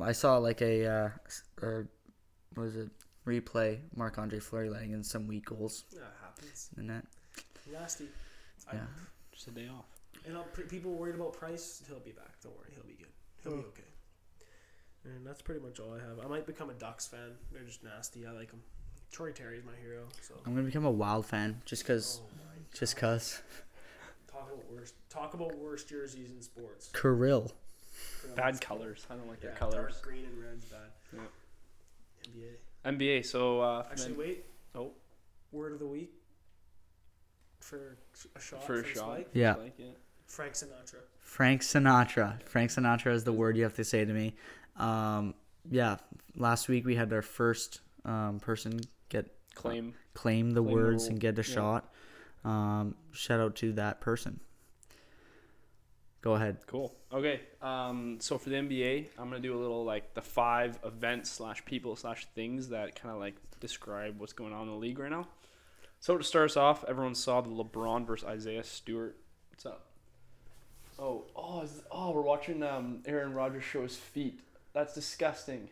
A: I saw like a uh, s- or what was it replay Marc Andre Fleury letting in some weak goals
B: Yeah, it happens.
A: in that.
B: Nasty. I,
A: Yeah.
C: Just a day off.
B: And I'll, pre- people worried about Price. He'll be back. Don't worry. He'll be good. He'll be okay. And that's pretty much all I have. I might become a Ducks fan. They're just nasty. I like them. Troy Terry's my hero. So.
A: I'm gonna become a Wild fan just cause,
B: Oh my.
A: just cause.
B: Talk about worst. Talk about worst jerseys in sports.
A: Kirill.
C: Bad colors. I don't like
B: Yeah,
C: their colors.
B: Dark green and red's bad.
C: Yeah.
B: NBA.
C: NBA. So uh,
B: Actually,
C: then-
B: wait.
C: oh,
B: Word of the week. For a shot.
C: for a
B: from
C: shot.
B: Spike.
A: Yeah.
C: Like, yeah.
B: Frank Sinatra.
A: Frank Sinatra. Frank Sinatra is the word you have to say to me. Um, yeah. Last week we had our first um, person get
C: Claim.
A: claim the
C: Claim the
A: words
C: role.
A: and get a
C: Yeah.
A: shot. Um, shout out to that person. Go ahead.
C: Cool. Okay. Um, so for the NBA, I'm gonna do a little like the five events slash people slash things that kind of like describe what's going on in the league right now. So to start us off, everyone saw the LeBron versus Isaiah Stewart. What's up? Oh, oh, is, oh, we're watching um, Aaron Rodgers show his feet. That's disgusting.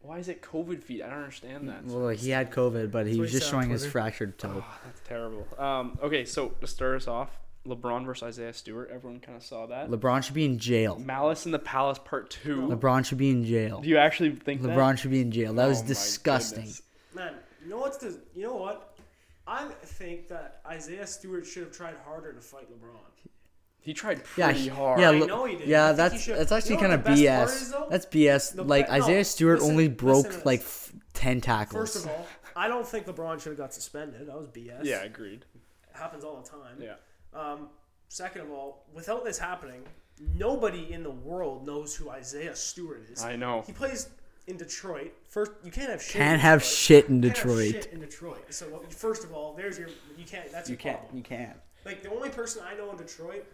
C: Why is it COVID feet? I don't understand that.
A: Well, he had COVID, but he
B: what
A: was
B: he
A: just
B: said on
A: showing his
B: Twitter.
A: fractured toe.
C: Oh, that's terrible. Um, okay, so to start us off, LeBron versus Isaiah Stewart. Everyone kind of saw that.
A: LeBron should be in jail.
C: Malice in the Palace Part Two.
A: LeBron should be in jail.
C: Do you actually think that?
A: LeBron should be in jail. That
C: Oh
A: was
C: my
A: disgusting.
C: goodness.
B: Man, you know what's the you know what? I think that Isaiah Stewart should have tried harder to fight LeBron.
C: He tried
A: Yeah,
C: pretty
A: he-
C: hard.
A: yeah,
B: I
A: Le-
B: know he did. I
A: yeah.
B: think he
A: That's
B: should-
A: that's actually
B: You know
A: kind
B: what
A: of
B: the best part
A: BS.
B: is, though?
A: that's BS.
B: The
A: like
B: be- no,
A: Isaiah Stewart
B: listen-
A: only
B: listen to
A: broke
B: this.
A: like f- ten tackles.
B: First of all, I don't think LeBron should have got suspended. That was BS.
C: Yeah,
B: It
C: agreed.
B: happens all the time.
C: Yeah.
B: Um, second of all, without this happening, nobody in the world knows who Isaiah Stewart is.
C: I know.
B: He plays in Detroit. First, you can't have shit. in
A: can't have
B: Detroit.
A: shit in
B: You can't have
A: Detroit.
B: shit in Detroit. So what- first of all, there's your you can't. That's your problem.
A: You can't.
B: Like the only person I know in Detroit,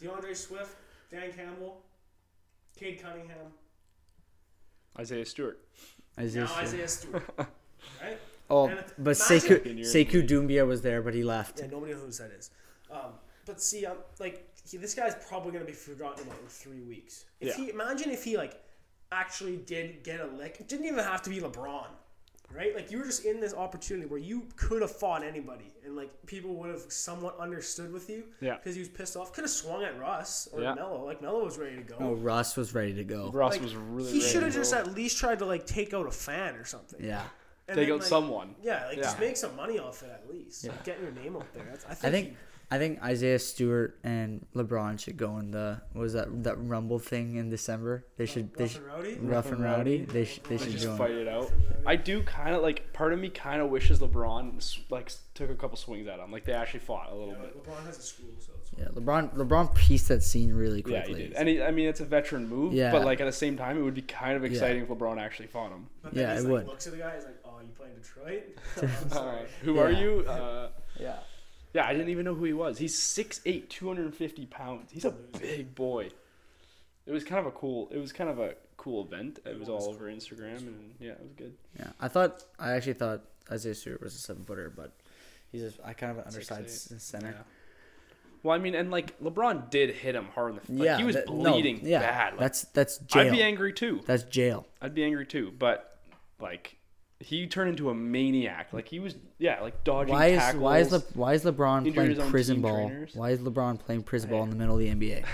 B: DeAndre Swift, Dan Campbell, Cade Cunningham,
C: Isaiah Stewart.
A: Isaiah
B: now
A: Stewart.
B: Isaiah Stewart. right?
A: Oh,
B: And
A: but
B: imagine-
A: Sekou
C: Second year
A: Sekou Doumbia was there, but he left.
B: Yeah, nobody knows who that is. Um, but see, um, like he, this guy's probably gonna be forgotten about in three weeks. If
C: Yeah.
B: he imagine if he like actually did get a lick, it didn't even have to be LeBron, right? Like you were just in this opportunity where you could have fought anybody, and like people would have somewhat understood with you.
C: Yeah.
B: Because he was pissed off. Could have swung at Russ or
C: Yeah.
B: Melo. Like Melo was ready to go.
A: Oh, Russ was ready to go.
C: Ross
B: Like,
C: was really.
B: he
C: ready
B: should have
C: to
B: just
C: go.
B: at least tried to like take out a fan or something.
A: Yeah,
B: And
C: take
B: then,
C: out
B: like,
C: someone.
B: Yeah, like just
C: Yeah.
B: make some money off it at least. Like, get your name out there. That's, I
A: I
B: think.
A: think I think Isaiah Stewart and LeBron should go in the what was that that Rumble thing in December. They should
B: he,
A: they
B: rough
A: should
B: and rowdy.
A: rough and rowdy. They should they
B: Like,
A: should
C: Just
A: go.
C: fight
A: in.
C: it out. I do kind of like. Part of me kind of wishes LeBron s- like s- took a couple swings at him. Like they actually fought a little
B: Yeah,
C: bit.
B: but LeBron has a school, so it's fine.
A: Yeah, LeBron LeBron pieced that scene really
C: Yeah,
A: quickly.
C: he did. And he, I mean, it's a veteran move,
A: Yeah.
C: but like at the same time, it would be kind of exciting if LeBron actually fought him.
B: But then
A: Yeah,
B: he's
A: it
B: like,
A: would.
B: looks at the guy, he's like, "Oh, you playing Detroit? I'm
C: All
B: sorry.
C: right, who are
A: Yeah.
C: you? Uh,
A: yeah.
C: yeah, I didn't even know who he was. He's 6'8", 250 pounds. He's a big boy. It was kind of a cool. It was kind of a cool event. It was all over Instagram, and yeah, it was good.
A: Yeah, I thought I actually thought Isaiah Stewart was a seven footer, but he's just I kind of an undersized
C: Six,
A: s- center.
C: Well, I mean, and like LeBron did hit him hard in the. Like,
A: Yeah,
C: he was
A: that- no,
C: bleeding
A: yeah,
C: bad. Like,
A: that's that's
C: I'd
A: jail.
C: be angry too.
A: that's jail.
C: I'd be angry too. But like, he turned into a maniac. Like he was, yeah, like dodging
A: Why is
C: tackles.
A: why is Le, why is LeBron
C: injured his
A: playing
C: own
A: prison
C: team
A: ball?
C: trainers.
A: Why is LeBron playing prison ball in the middle of the NBA?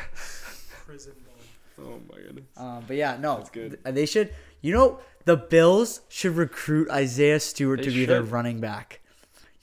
B: Prison ball.
C: oh my goodness.
A: Um, but yeah, no,
C: good.
A: th- they should. You know, the Bills should recruit Isaiah Stewart
C: They
A: to be their
C: should.
A: running back.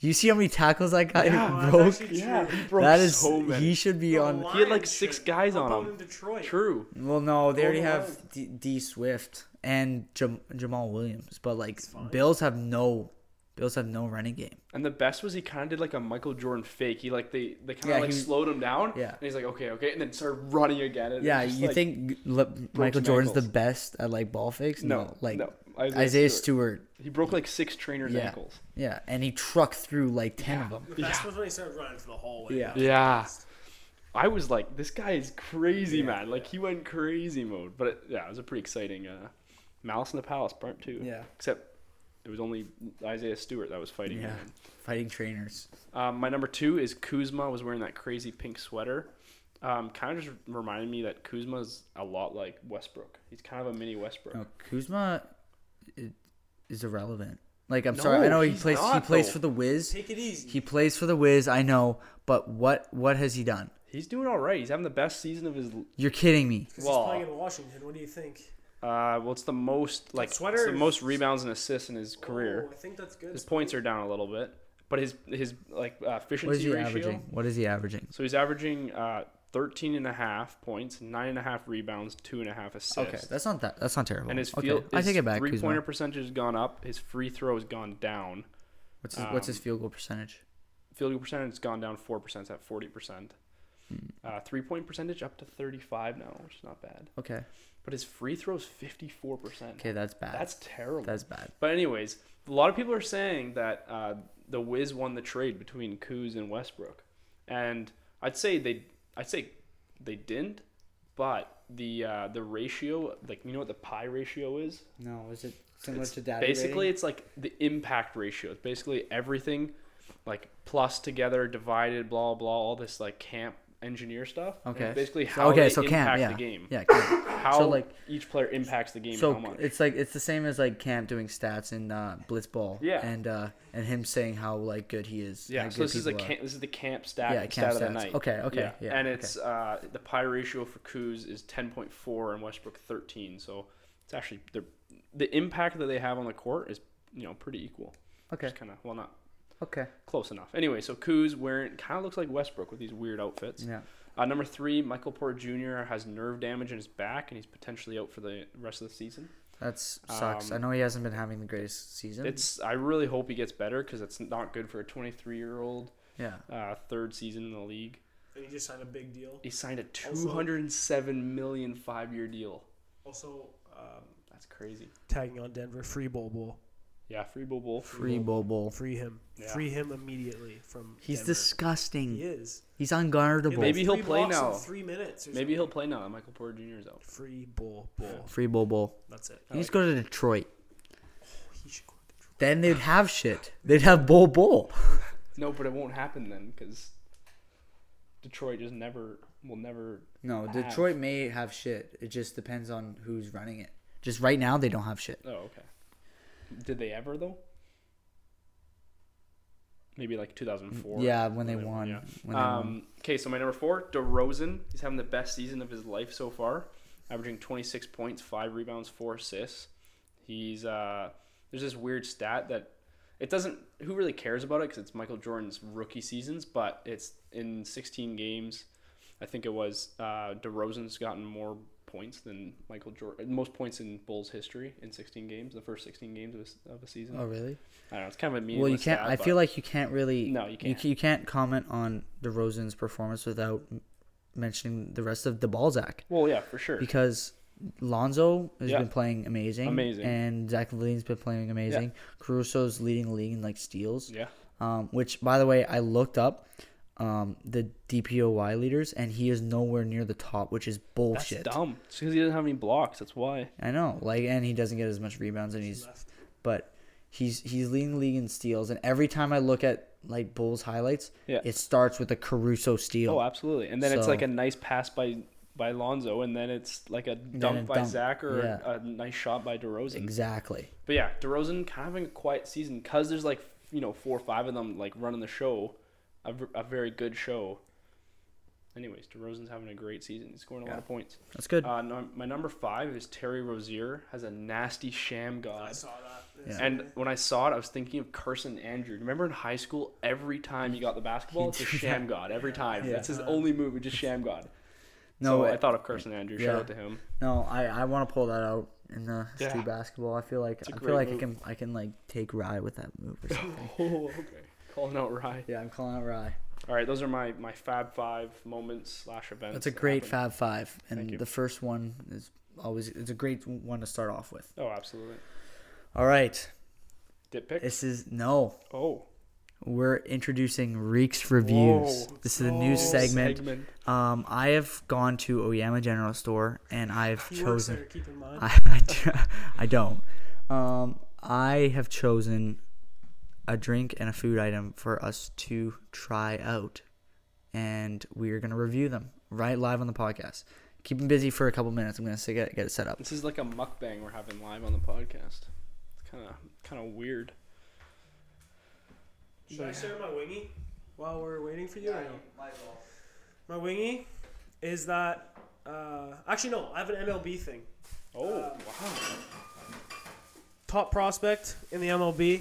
A: You see how many tackles that guy
C: Yeah.
B: Oh,
A: broke?
B: that's actually
C: Yeah,
B: true.
C: he broke
A: that is
C: so many.
A: he should be
B: The
A: on.
C: he had like
B: Lions
C: six
B: should.
C: guys
B: How
C: on
B: about
C: him.
B: in Detroit.
C: True.
A: Well, no, they
B: Go
A: already
B: the
A: have D, D Swift and Jam- Jamal Williams, but like
B: fine.
A: Bills have no Bills have no running game.
C: And the best was he kind of did like a Michael Jordan fake. He like they they kind of
A: Yeah,
C: like
A: he-
C: slowed him down.
A: yeah.
C: And he's like, okay, okay, and then started running again. And it
A: Yeah,
C: was just
A: you
C: like-
A: think Le- Michael
C: his
A: Jordan's the
C: ankles.
A: best at like ball fakes?
C: No,
A: like
C: no.
A: Isaiah,
C: Isaiah
A: Stewart.
C: he broke like six trainers'
A: Yeah.
C: ankles?
A: Yeah, and he trucked through like ten of them.
B: The best was when he started running through the hallway.
A: Yeah.
C: Yeah. I was like, this guy is crazy, man. Like he went crazy mode. But it, yeah, it was a pretty exciting uh, Malice in the Palace part two.
A: Yeah.
C: Except it was only Isaiah Stewart that was fighting
A: Yeah,
C: him.
A: fighting trainers.
C: Um, my number two is Kuzma was wearing that crazy pink sweater. Um, kind of just reminded me that Kuzma's a lot like Westbrook. He's kind of a mini Westbrook.
A: No, Kuzma i- is irrelevant. Like I'm sorry, I
C: No,
A: know he
C: he's
A: plays. he
C: not,
A: plays
C: though.
A: for the Wiz.
B: Take it easy.
A: He plays for the Wiz. I know, but what what has he done?
C: He's doing all right. He's having the best season of his. Uh,
A: You're kidding me.
B: 'Cause
C: Well-
B: he's playing in Washington. What do you think?
C: uh, well, it's the most like it's
B: sweater
C: the
B: is-
C: most rebounds and assists in his career.
B: Oh, I think that's good.
C: His points are down a little bit, but his his like uh,
A: What is
C: efficiency
A: he
C: ratio.
A: averaging? What is he averaging?
C: So he's averaging uh, 13 and a half points, nine and a half rebounds, two and a half assists.
A: Okay, that's not that. That's not terrible.
C: and his
A: okay,
C: field,
A: I take it back.
C: Three
A: Kuzma.
C: pointer percentage has gone up. His free throw has gone down.
A: What's his, what's his
C: um,
A: field goal percentage?
C: Field goal percentage has gone down four percent. It's at forty percent.
A: Hmm.
C: Uh, three point percentage up to thirty five now, which is not bad.
A: Okay.
C: But his free throws fifty four percent.
A: Okay, that's bad.
C: That's terrible.
A: That's bad.
C: But anyways, a lot of people are saying that uh, the Wiz won the trade between Kuz and Westbrook, and I'd say they, I'd say they didn't, but the uh, the ratio, like you know what the pi ratio is?
A: No, is it similar
C: It's basically, it's like the impact ratio. It's basically everything, like plus together, divided, blah blah, all this like camp engineer stuff. And it's
A: Okay.
C: basically how
A: Okay,
C: they
A: so Cam,
C: impact
A: yeah,
C: the game.
A: yeah. Cam.
C: How
A: So,
C: like
A: like-
C: each player impacts the game. and how
A: So
C: much.
A: it's like it's the same as like Cam doing stats in uh, blitzball.
C: Yeah.
A: and uh, and him saying how like good he is.
C: Yeah,
A: how
C: so
A: good
C: this is a
A: people are.
C: camp, this is the camp stat,
A: Yeah, camp
C: stat of the
A: stats.
C: night.
A: Okay, okay, yeah,
C: and
A: okay.
C: it's uh, the pie ratio for Kuz is ten point four and Westbrook thirteen. So it's actually the the impact that they have on the court is you know pretty equal.
A: Okay.
C: Just kind of well not
A: Okay.
C: close enough. Anyway, so Kuz wearing kind of looks like Westbrook with these weird outfits.
A: Yeah.
C: Uh, number three, Michael Porter Jr. has nerve damage in his back and he's potentially out for the rest of the season.
A: That sucks. I
C: Um,
A: know he hasn't been having the greatest season.
C: It's I really hope he gets better because it's not good for a twenty three year old
A: yeah.
C: uh, third season in the league.
B: And he just signed a big deal.
C: He signed a
B: Also-
C: two hundred and seven million five year deal.
B: Also, um,
C: That's crazy.
B: tagging on Denver, free Bull Bull.
C: Yeah, free Bull Bull.
A: Free bowl bowl.
B: Free him.
C: Yeah.
B: Free him immediately from.
A: He's
B: Denver.
A: disgusting.
B: He is.
A: He's
B: He
A: unguardable.
B: had, like,
C: Maybe he'll
B: three
C: play
B: blocks in
C: now.
B: Three minutes. Or
C: Maybe
B: something.
C: he'll play now. that Michael Porter Jr. is out.
B: Free Bull Bull.
A: Free bowl bowl.
B: That's it.
C: Oh,
A: He needs to go to Detroit.
B: He should go to Detroit.
A: Then they'd have shit. They'd have bowl bowl.
C: No, but it won't happen then because Detroit just never will never.
A: No,
C: have-
A: Detroit may have shit. It just depends on who's running it. Just right now, they don't have shit.
C: Oh, okay. Did they ever though? Maybe like 2004.
A: yeah, when they won.
C: yeah.
A: When they won.
C: Um, okay, so my number four, DeRozan. He's having the best season of his life so far, averaging 26 points, five rebounds, four assists. He's uh, there's this weird stat that it doesn't. Who really cares about it? Because it's Michael Jordan's rookie seasons, but it's in 16 games. I think it was uh, DeRozan's gotten more points than Michael Jordan, most points in Bulls history in 16 games, the first 16 games of a, of a season.
A: Oh, really?
C: I don't know. It's kind of a meaningless
A: Well, you can't.
C: Stat,
A: I
C: but-
A: feel like you can't really.
C: No, you
A: You,
C: can't.
A: ca- you can't comment on DeRozan's performance without m- mentioning the rest of the Balzac
C: Well, yeah, for sure.
A: because Lonzo has
C: Yeah.
A: been playing amazing,
C: Amazing.
A: and Zach Levine's been playing amazing. Caruso's leading the league in like steals,
C: Yeah.
A: um, which by the way I looked up. Um, the DPOY leaders, and he is nowhere near the top, which is
C: That's
A: bullshit.
C: dumb. It's because he doesn't have any blocks. That's why.
A: I know, like, and he doesn't get as much rebounds, and he's,
B: Left.
A: but he's he's leading the league in steals, and every time I look at like Bulls highlights,
C: Yeah.
A: it starts with a Caruso steal.
C: Oh, absolutely. And then it's
A: So-
C: like a nice pass by by Lonzo, and then it's like a
A: a
C: dunk by
A: dunk,
C: Zach or
A: yeah.
C: a nice shot by DeRozan.
A: exactly.
C: But yeah, DeRozan kind of having a quiet season because there's like you know four or five of them like running the show, a, v- a very good show. Anyways, DeRozan's having a great season. He's scoring a lot
A: Yeah.
C: of points.
A: That's good.
C: Uh, num- my number five is Terry Rozier has a nasty sham
B: I
C: god.
B: saw that.
A: Yeah.
C: And when I saw it, I was thinking of Carson Andrew. Remember in high school, every time you got the basketball, it's a
A: He'd do
C: sham god. Every time.
B: Yeah.
C: That's his only move, it's just sham god.
A: no,
C: so
A: I,
C: I thought of Carson Andrew.
A: Yeah.
C: Shout out to him.
A: no, I, I want to pull that out in the
C: Yeah.
A: street basketball. I feel like
C: It's a
A: I feel
C: great
A: like I
C: move.
A: can I can like take Rye with that move or something.
C: Oh, okay. Calling out Rye.
A: yeah, I'm calling out Rye.
C: All right, those are my, my Fab Five moments slash events.
A: That's a
C: that
A: great Fab
C: happened.
A: Five,
C: Thank
A: and
C: you.
A: the first one is always it's a great one to start off with.
C: Oh, absolutely.
A: All right,
C: Dip pick.
A: this is no.
C: oh,
A: We're introducing Reeks Reviews.
C: Whoa.
A: this is a new
B: Oh,
A: segment. Um, I have gone to Oyama General Store and I've
B: He works
A: chosen.
B: there, keep in mind.
A: I, I, do- I don't. Um, I have chosen a drink and a food item for us to try out, and we are going to review them right live on the podcast. Keep them busy for a couple minutes. I'm going to get get it set up.
C: This is like a mukbang we're having live on the podcast. It's kind of kind of weird.
B: Should I share my wingy while we're waiting for you? or no? My wingy is that. Uh, actually, no. I have an MLB thing.
C: Oh
B: Uh,
C: wow!
B: Top prospect in the MLB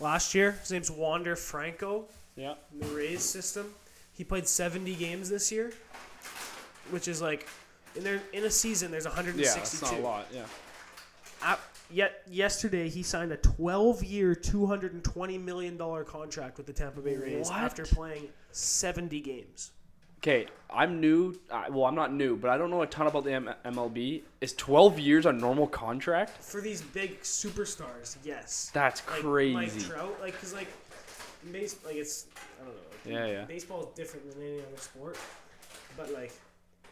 B: last year. His name's Wander Franco.
C: Yeah,
B: in the Rays system. He played 70 games this year, which is like in their in a season there's
C: yeah, that's
B: 162.
C: not a lot. Yeah,
B: Ap- yet yesterday he signed a 12-year, 220 million dollar contract with the Tampa Bay Rays
C: What?
B: after playing 70 games.
C: Okay, I'm new. Uh, well, I'm not new, but I don't know a ton about the M- MLB. Is 12 years a normal contract?
B: For these big superstars, yes.
C: That's
B: Like
C: crazy.
B: Mike Trout, like cuz like in base like it's I don't know. Like,
C: Yeah, yeah.
B: Baseball is different than any other sport. But like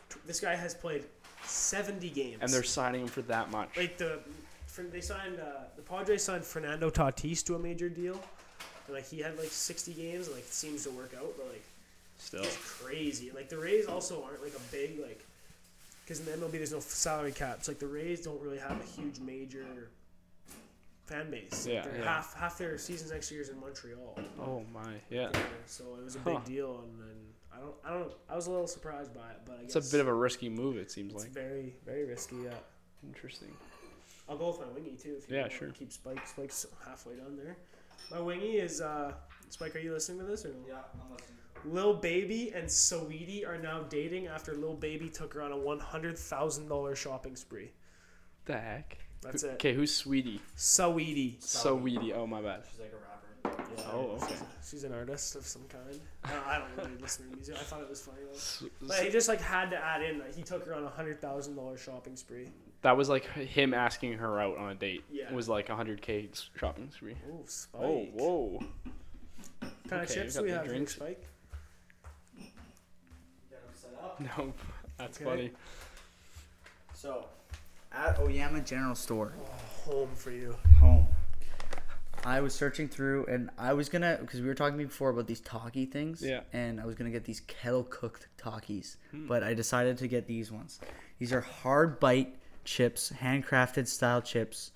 B: tw- this guy has played 70 games.
C: and they're signing him for that much.
B: like the Fer- they signed uh, the Padres signed Fernando Tatis to a major deal, and like he had like 60 games, and like it seems to work out, but like
C: Still,
B: it's crazy. Like the Rays also aren't like a big like because in the MLB there's no f- salary caps. Like the Rays don't really have a huge major fan base. Like,
C: Yeah,
B: they're
C: yeah.
B: half half their seasons next year is in Montreal,
C: oh my, yeah.
B: so it was a
C: Huh.
B: big deal, and, and I don't I don't I was a little surprised by it, but I
C: It's
B: guess
C: a bit of a risky move. It seems
B: it's
C: like
B: very very risky. Yeah.
C: interesting.
B: I'll go with my wingy too. If you
C: Yeah,
B: want.
C: sure.
B: Keep Spike. Spike's halfway done there. My wingy is uh, Spike. Are you listening to this or no?
A: Yeah,
B: Lil Baby and Saweetie are now dating after Lil Baby took her on a one hundred thousand dollar shopping spree.
C: The heck.
B: That's it.
C: Okay, who's Sweetie?
B: Saweetie.
C: So weedy. Oh my bad.
A: She's like a rapper.
C: Oh, okay.
B: She's an artist of some kind. Uh, I don't really listen to music. I thought it was funny though. But he just like had to add in that he took her on a hundred thousand dollar shopping spree.
C: That was like him asking her out on a date.
B: Yeah.
C: Was like 100k shopping spree.
B: Oh, Spike.
C: Oh, whoa.
B: What kind
C: Okay,
B: of chips do
C: we got
B: we
C: the
B: have here,
C: drinks.
B: Spike?
C: No, that's
B: Okay.
C: funny.
A: So, at Oyama General Store,
B: Oh, Home for you.
A: home. I was searching through, and I was gonna because we were talking before about these talkie things.
C: Yeah. Hmm.
A: And I was gonna get these kettle cooked talkies, but I decided to get these ones. These are hard bite chips, handcrafted style chips,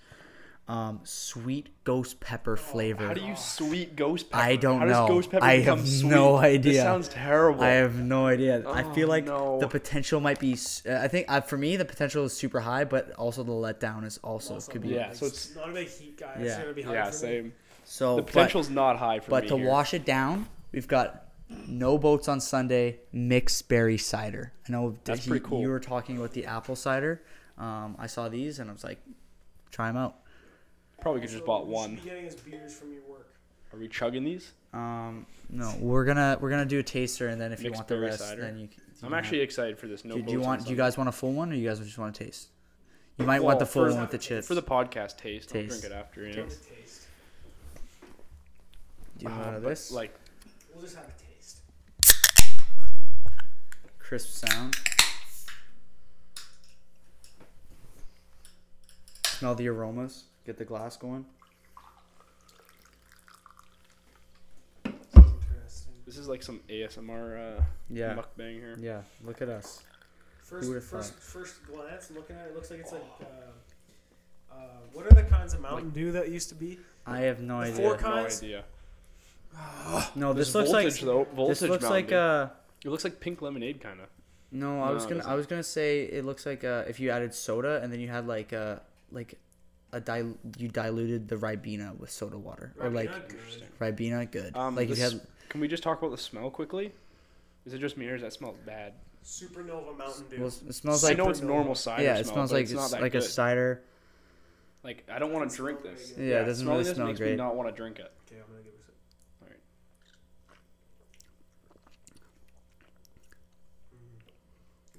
A: um, sweet ghost pepper flavor.
C: Oh, How do you sweet ghost pepper?
A: I don't
C: How does
A: know.
C: Ghost pepper
A: I
C: become
A: have
C: sweet?
A: no
C: This
A: idea.
C: sounds terrible.
A: I have no idea. I feel
C: Oh,
A: like
C: no.
A: the potential might be. s- I think uh, for me the potential is super high, but also the letdown is also,
B: Also,
A: could be.
C: Yeah,
B: like,
C: so it's-
B: not a big heat guy. It's
A: Yeah.
B: gonna be hard
C: yeah,
B: for me.
C: same.
A: So Oh,
C: The
A: but-
C: potential's not high for
A: But
C: me.
A: to
C: here.
A: wash it down, we've got no boats on Sunday mixed berry cider. I know
C: That's
A: Dickie,
C: pretty cool.
A: you were talking about the apple cider. Um, I saw these and I was like, try them out.
C: Probably could just bought
B: You
C: one.
B: should be getting us beers from your work.
C: Are we chugging these?
A: Um, no, we're gonna we're gonna do a taster and then if you
C: Mixed
A: want the
C: berry
A: rest,
C: cider.
A: then you. c- you
C: I'm
A: can
C: actually excited for this. No
A: Have, do, do you
C: boats on
A: want? Do you
C: Sunday.
A: guys want a full one or you guys just want to taste? You might want
C: Well,
A: the full
C: for-
A: one with the chips.
C: for the podcast taste? I'll
A: Taste.
C: drink it after. You know?
B: Take a taste.
A: do you
C: Uh,
A: want one of
C: but,
A: this?
C: Like
B: We'll just have a taste.
A: crisp sound. Smell the aromas. Get the glass going.
B: Interesting.
C: this is like some ASMR uh,
A: Yeah.
C: mukbang here.
A: Yeah, look at us.
B: First,
A: would've
B: first,
A: thought?
B: first glance, looking at it, it looks like it's like. Uh, uh, what are the kinds of Mountain Dew that used to be?
A: I have no
B: The
A: idea.
B: fork-
C: No
B: Guys?
C: idea.
A: No, this
C: There's
A: Oh, looks like
C: voltage, though. Voltage
A: this looks
C: Mountain
A: like
C: Dew.
A: uh
C: It looks like pink lemonade, kind of.
A: No, I
C: No,
A: was
C: it
A: gonna.
C: doesn't.
A: I was gonna say it looks like uh, if you added soda and then you had like uh, like a dil- you diluted the ribena with soda water or like
B: Ribena, good.
A: ribena good.
C: Um,
A: like you
C: this-
A: had
C: Can we just talk about the smell quickly? Is it just me or does that smell bad?
B: Supernova Mountain Dew.
A: well, it smells
C: I
A: like
C: know it's
B: Supernova.
C: normal cider
A: yeah,
C: smell.
A: it smells
C: but
A: like
C: it's
A: it's
C: not that
A: like
C: good.
A: a cider.
C: Like I don't want to
B: Doesn't
C: drink
B: smell
C: this.
B: very
A: good. Yeah, it doesn't
C: smelling
A: really
C: this
A: smell
C: makes Me
A: great.
C: not want to drink it.
B: okay, I'm gonna give it a sip.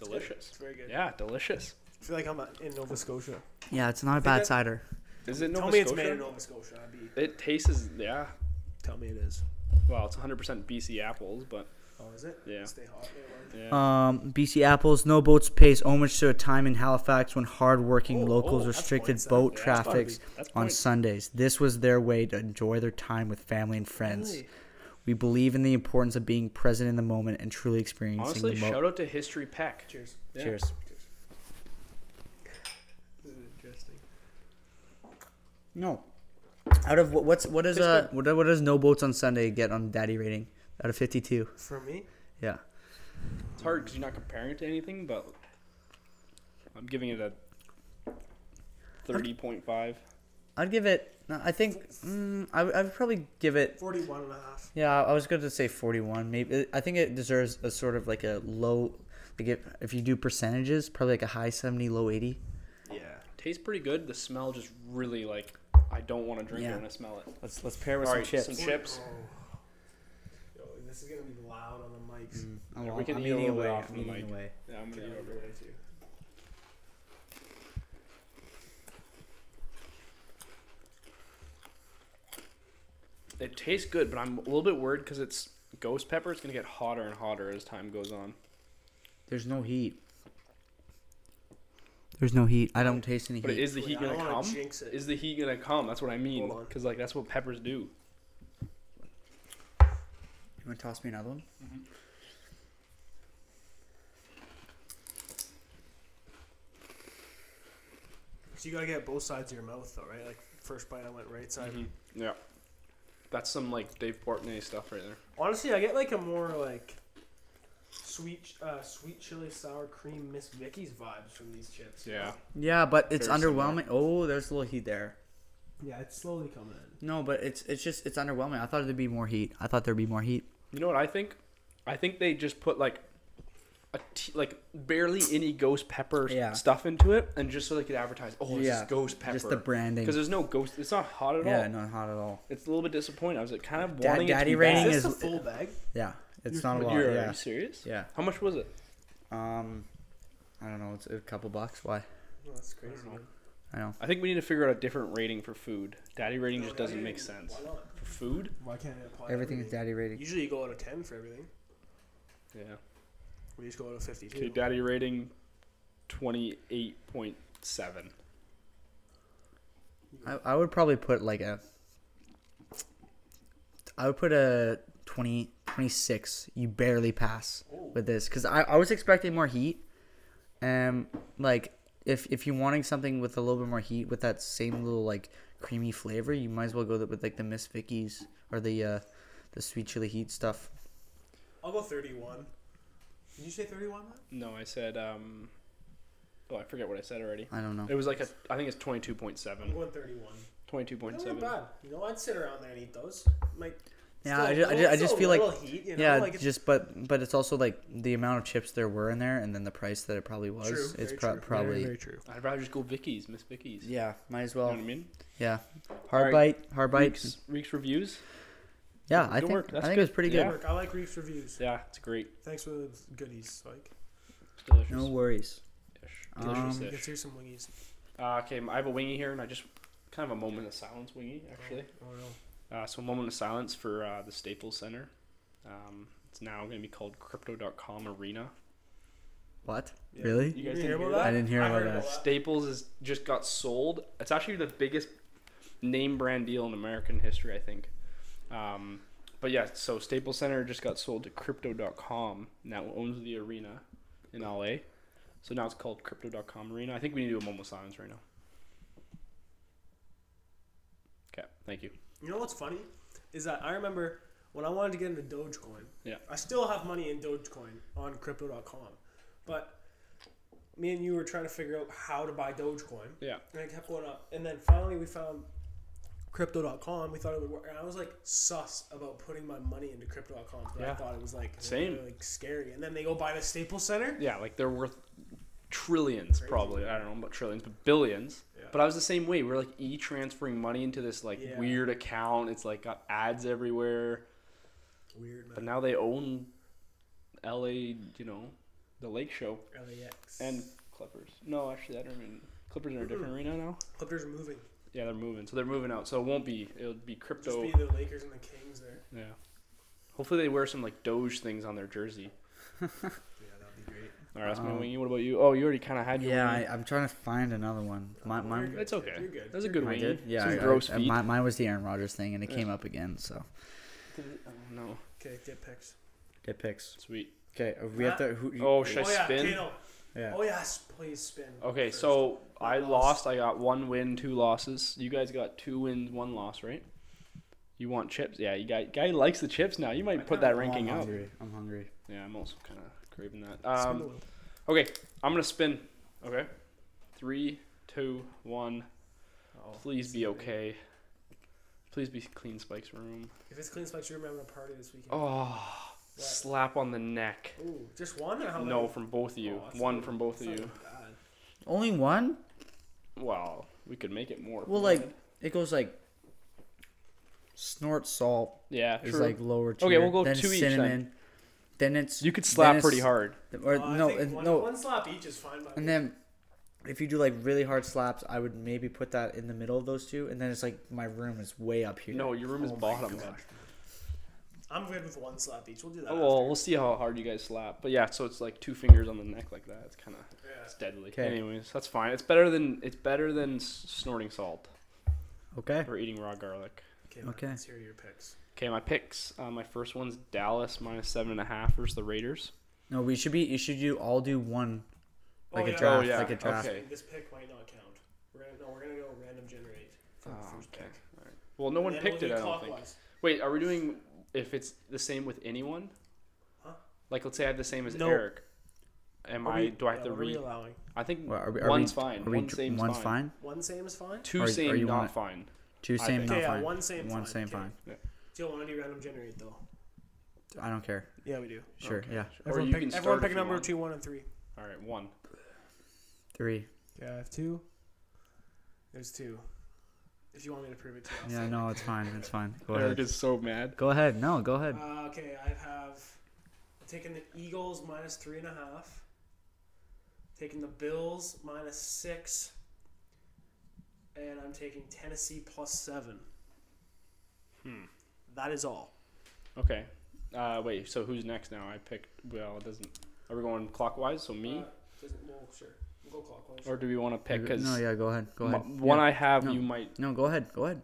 C: Delicious.
B: It's very good.
C: Yeah, delicious.
B: I feel like I'm in Nova Scotia.
A: Yeah, it's not a
B: think
A: bad
B: that-
A: cider.
C: Is it Nova
B: Tell me it's
C: Scotia?
B: made in Nova Scotia. I'd be.
C: It tastes yeah.
B: Tell me it is.
C: Well, it's 100% BC apples, but
B: Oh, is it?
C: Yeah.
B: Stay hot. Yeah,
C: yeah.
A: Um, BC Apples, no boats pays homage to a time in Halifax when hardworking
B: Oh,
A: locals
B: oh, that's
A: restricted
B: points, that-
A: boat
C: yeah, that's
A: traffic
C: points. That's
A: on
C: points.
A: Sundays. This was their way to enjoy their time with family and friends.
C: Really?
A: We believe in the importance of being present in the moment and truly experiencing
C: Honestly,
A: the moment.
C: shout out to History Peck.
B: Cheers.
C: Yeah.
A: Cheers.
B: This is interesting.
A: No. Out of what, what's what is
C: Tastes
A: uh what, what does no boats on Sunday get on daddy rating? Out of fifty two.
B: For me,
A: Yeah.
C: It's hard because you're not comparing it to anything, but I'm giving it a 30.5.
A: I'd give it. no, I think mm, I would- I would probably give it
B: 41 and a half.
A: Yeah, I was going to say 41. Maybe I think it deserves a sort of like a low like if, if you do percentages, probably like a high 70, low 80.
B: Yeah.
C: Tastes pretty good. The smell just really like I don't want to drink
A: Yeah.
C: it when I smell it.
A: Let's let's pair
C: with All some right, chips. some Chips.
B: Oh. Yo, this is gonna be loud on the mics.
A: I'm,
C: Yeah, we can
A: I'm
C: eat a
A: eating
C: little bit
A: away.
C: off
A: I'm
C: the
A: eating
C: mic.
A: away.
C: Yeah, I'm gonna
B: Yeah,
C: go
B: over
C: over.
B: there too.
C: It tastes good, but I'm a little bit worried because it's ghost pepper. It's gonna get hotter and hotter as time goes on.
A: There's no heat. There's no heat. I don't taste any
C: But
A: heat.
C: is the
B: Wait,
C: heat
B: I don't
C: gonna
B: wanna
C: come?
B: jinx it.
C: Is the heat gonna come? That's what I mean.
B: Hold on.
C: Because like that's what peppers do.
A: You want to toss me another one?
B: So you gotta get both sides of your mouth though, right? Like first bite, I went right side.
C: Mm-hmm. Yeah, that's some like Dave Portnoy stuff right there.
B: Honestly, I get like a more like sweet, uh, sweet chili sour cream Miss Vicky's vibes from these chips.
C: Yeah.
A: Yeah, but it's
C: Very similar.
A: underwhelming. Oh, there's a little heat there.
B: Yeah, it's slowly coming in.
A: No, but it's it's just it's underwhelming. I thought there'd be more heat. I thought there'd be more heat.
C: You know what I think? I think they just put like a t- like barely any ghost pepper s-
A: Yeah.
C: stuff into it, and just so they could advertise, oh, this
A: Yeah.
C: is ghost pepper.
A: Just the branding.
C: because there's no ghost. It's not hot at
A: Yeah,
C: all.
A: not hot at all.
C: It's a little bit disappointing. I was like, kind of
A: Dad-
C: wanting
A: Daddy
C: it to be
A: rating
C: bad.
B: Is this
A: is-
B: the full bag?
A: Yeah, it's
B: You're-
A: not a lot.
C: You're, Are
A: Yeah.
C: you serious?
A: Yeah.
C: How much was it?
A: Um, I don't know. It's a couple bucks. Why?
B: Oh, that's crazy.
C: know.
B: man.
A: I know.
C: I think we need to figure out a different rating for food. Daddy rating
B: No,
C: just
B: daddy
C: doesn't make
B: rating,
C: sense.
B: Why not?
C: For food?
B: Why can't it apply? to
A: Everything is daddy rating.
B: Usually you go out of ten for everything.
C: Yeah.
B: We just go out of fifty-two.
C: Okay, daddy rating 28.7.
A: I, I would probably put like a. I would put a 20, 26. You barely pass with this because I, I was expecting more heat. Um, like if if you're wanting something with a little bit more heat with that same little like creamy flavor, you might as well go th- with like the Miss Vicky's or the uh, the sweet chili heat stuff.
B: I'll go thirty-one. Did you say thirty-one? Matt?
C: No, I said, um, oh, I forget what I said already.
A: I don't know.
C: It was like a, I think it's 22.7.
B: I'm going thirty-one. They weren't
C: 22.7.
B: bad. You know, I'd sit around there and eat those. Like,
A: Yeah,
B: still-
A: I ju- I ju-
B: it's
A: I just
B: still a
A: feel like-
B: little heat, you know?
A: yeah,
B: like it's-
A: just but but it's also like the amount of chips there were in there, and then the price that it probably was.
B: True,
A: it's
B: very
A: pro-
B: true.
A: probably
B: Very, very true.
C: I'd rather just go Vicky's, Miss Vicky's. You
A: yeah. Might as
C: know
A: well.
C: what I mean?
A: Yeah, hard bite, hard bite.
C: Reeks, Reeks reviews.
A: Yeah, I
C: Good
A: think
C: work,
A: I
C: that's
A: think
C: good.
A: it was pretty good.
C: Yeah.
B: Work. I like Reef's reviews.
C: Yeah, it's great.
B: Thanks for the goodies, Mike.
C: It's delicious.
A: No worries.
C: Ish.
A: Um,
C: Delicious
A: Yes.
B: Let's
C: ish.
B: hear some wingies.
C: Uh, okay, I have a wingy here, and I just kind of a moment of silence wingy actually.
B: Oh, no.
C: Uh, so a moment of silence for uh, the Staples Center. Um, it's now going to be called Crypto.com Arena.
A: What?
B: Yeah.
A: Really?
C: You
B: You
C: guys
B: hear
C: didn't
B: about
C: hear
B: that?
A: I didn't hear about
B: heard
A: that.
C: Staples has just got sold. It's actually the biggest name brand deal in American history, I think. Um, but yeah, so Staples Center just got sold to Crypto.com. Now owns the arena in LA. So now it's called Crypto.com Arena. I think we need to do a moment of silence right now. Okay, thank you.
B: You know what's funny is that I remember When I wanted to get into Dogecoin,
C: Yeah.
B: I still have money in Dogecoin on crypto.com. But me and you were trying to figure out how to buy Dogecoin.
C: Yeah.
B: And it kept going up. And then finally we found crypto.com. We thought it would work. And I was like sus about putting my money into crypto.com. But I
C: Yeah.
B: thought it was like,
C: Same.
B: like scary. And then they go buy the Staples Center.
C: Yeah, like they're worth trillions,
B: Crazy.
C: probably. I don't know about trillions, but billions.
B: Yeah.
C: But I was the same way. We're like e transferring money into this like
B: Yeah.
C: weird account. It's like got ads everywhere.
B: Weird,
C: But
B: man.
C: now they own LA, you know, the Lake Show
B: LAX.
C: and Clippers. No, actually, I don't mean Clippers are a different arena now.
B: Clippers are moving.
C: Yeah, they're moving. So they're moving out. So it won't be. It'll be
B: Just
C: crypto.
B: be the Lakers and the Kings there.
C: yeah. Hopefully they wear some like Doge things on their jersey.
B: Yeah, that'd be great.
C: All right, that's my
A: Um,
C: wingy. What about you? Oh, you already kind of had your.
A: Yeah,
C: wingy.
A: I, I'm trying to find another one. My, my,
B: You're good.
C: it's okay.
B: You're good.
C: That was a good
A: I
C: wingy.
A: did. Yeah,
C: Some
A: I-
C: gross
A: I-
C: feet.
A: my- mine was the Aaron Rodgers thing, and it
C: Yeah.
A: came up again. So
C: Oh, no.
B: Okay, get picks.
A: it picks.
C: Sweet.
A: Okay, uh, we
B: have
A: have to. Who,
C: Oh, should
B: oh,
C: I
B: yeah,
C: spin?
B: Kano.
A: yeah.
B: Oh, yes, please spin.
C: Okay,
B: first.
C: so I
B: Loss.
C: lost. I got one win, two losses. You guys got two wins, one loss, right? You want chips? Yeah, you guy guy likes the chips now. You might
B: I
C: put
B: kinda
C: that ranking
A: I'm
C: up.
A: hungry. I'm hungry.
C: Yeah, I'm also kind of craving that.
B: Spin the
C: Um,
B: wheel.
C: okay, I'm gonna spin. Okay, three, two, one.
B: Oh,
C: Please be
B: sorry.
C: okay. Please be clean, Spike's room.
B: If it's clean spikes, you're having a party this weekend.
C: Oh, slap on the neck.
B: Ooh, just one or how many?
C: No, from both of you.
B: Oh,
C: One
B: that's not-
C: from both of
B: that's
C: you.
B: not bad.
A: Only one?
C: Wow, we could make it more. if we
A: Well, like
C: wanted.
A: it goes like snort salt
C: yeah,
A: is
C: true.
A: like lower tier.
C: Okay, we'll go
A: then
C: two each then.
A: cinnamon, Then it's
C: you could
A: then
C: slap
A: it's-
C: pretty hard.
A: Or
B: Uh, I
A: no,
B: think
A: and-
B: one,
A: no.
B: One slap each is fine. By
A: And
B: me.
A: then if you do like really hard slaps, I would maybe put that in the middle of those two, and then it's like my room is way up here.
C: No, your room is
A: Oh my
C: bottom.
A: God.
B: I'm good with one slap each. We'll do that.
C: Oh, well, we'll see how hard you guys slap. But yeah, so it's like two fingers on the neck like that. It's kind of
B: after. Yeah.
C: it's deadly.
A: 'Kay.
C: Anyways, that's fine. It's better than it's better than s- snorting salt
A: Okay.
C: or eating raw garlic.
B: Okay, Matt,
A: Okay.
B: let's hear your picks.
C: Okay, my picks. Uh, my first one's Dallas minus seven and a half versus the Raiders.
A: No, we should be. You should do all do one, like
B: Oh,
A: a
B: yeah.
A: draft,
C: Oh, yeah.
A: like a draft.
C: Okay.
B: This pick might not count. We're gonna, no, we're gonna go random generate. For the
C: Oh,
B: first
C: okay.
B: pick.
C: All right. Well, no one
B: And then
C: picked
B: we'll
C: it.
B: do
C: I don't think.
B: clockwise.
C: Wait, are we doing if it's the same with anyone?
B: Huh?
C: Like, let's say I have the same as
B: No.
C: Eric. Am
B: Are
C: I?
B: we-
C: do I have
B: yeah,
C: to
B: what are we
C: read?
B: allowing?
C: I think
A: Well, are we- are
C: one's
A: we-
C: fine.
A: Are we,
C: one same's
A: one's
C: fine.
A: fine.
B: One same is fine.
C: Two
A: Are- are
C: same,
A: you
C: not
A: wanna-
C: fine.
A: Two
C: I
A: same,
C: think-
A: not
B: Okay, yeah,
A: fine.
B: one same,
A: One
B: fine.
A: same,
B: Okay.
A: fine.
B: Do you want to do random generate though?
A: I don't care.
B: Yeah, we do.
A: Sure.
C: Okay.
A: Yeah.
C: Or
B: Everyone
C: you
B: pick,
C: can
B: everyone
C: start
B: pick a
C: if you
B: number
C: want.
B: between one and three.
C: All right, one.
A: Three.
B: Yeah, I have two. There's two. If you want me to prove it to you. I'll
A: Yeah.
B: say
A: No, it's fine. It's fine. Go
C: Eric
A: ahead.
C: is so mad.
A: Go ahead. No, go
B: it.
A: ahead.
B: Uh, okay, I have taken the Eagles minus three and a half. Taking the Bills minus six. And I'm taking Tennessee plus seven.
C: Hmm.
B: That is all.
C: Okay. Uh, wait. So who's next now? I picked. Well, it doesn't. Are we going clockwise? So me,
B: Uh, doesn't, well, sure. We'll go clockwise.
C: or do we want to pick? Because
A: no. Yeah. Go ahead. Go ahead.
C: one
A: Yeah.
C: I have,
A: No.
C: you might.
A: No. Go ahead. Go ahead.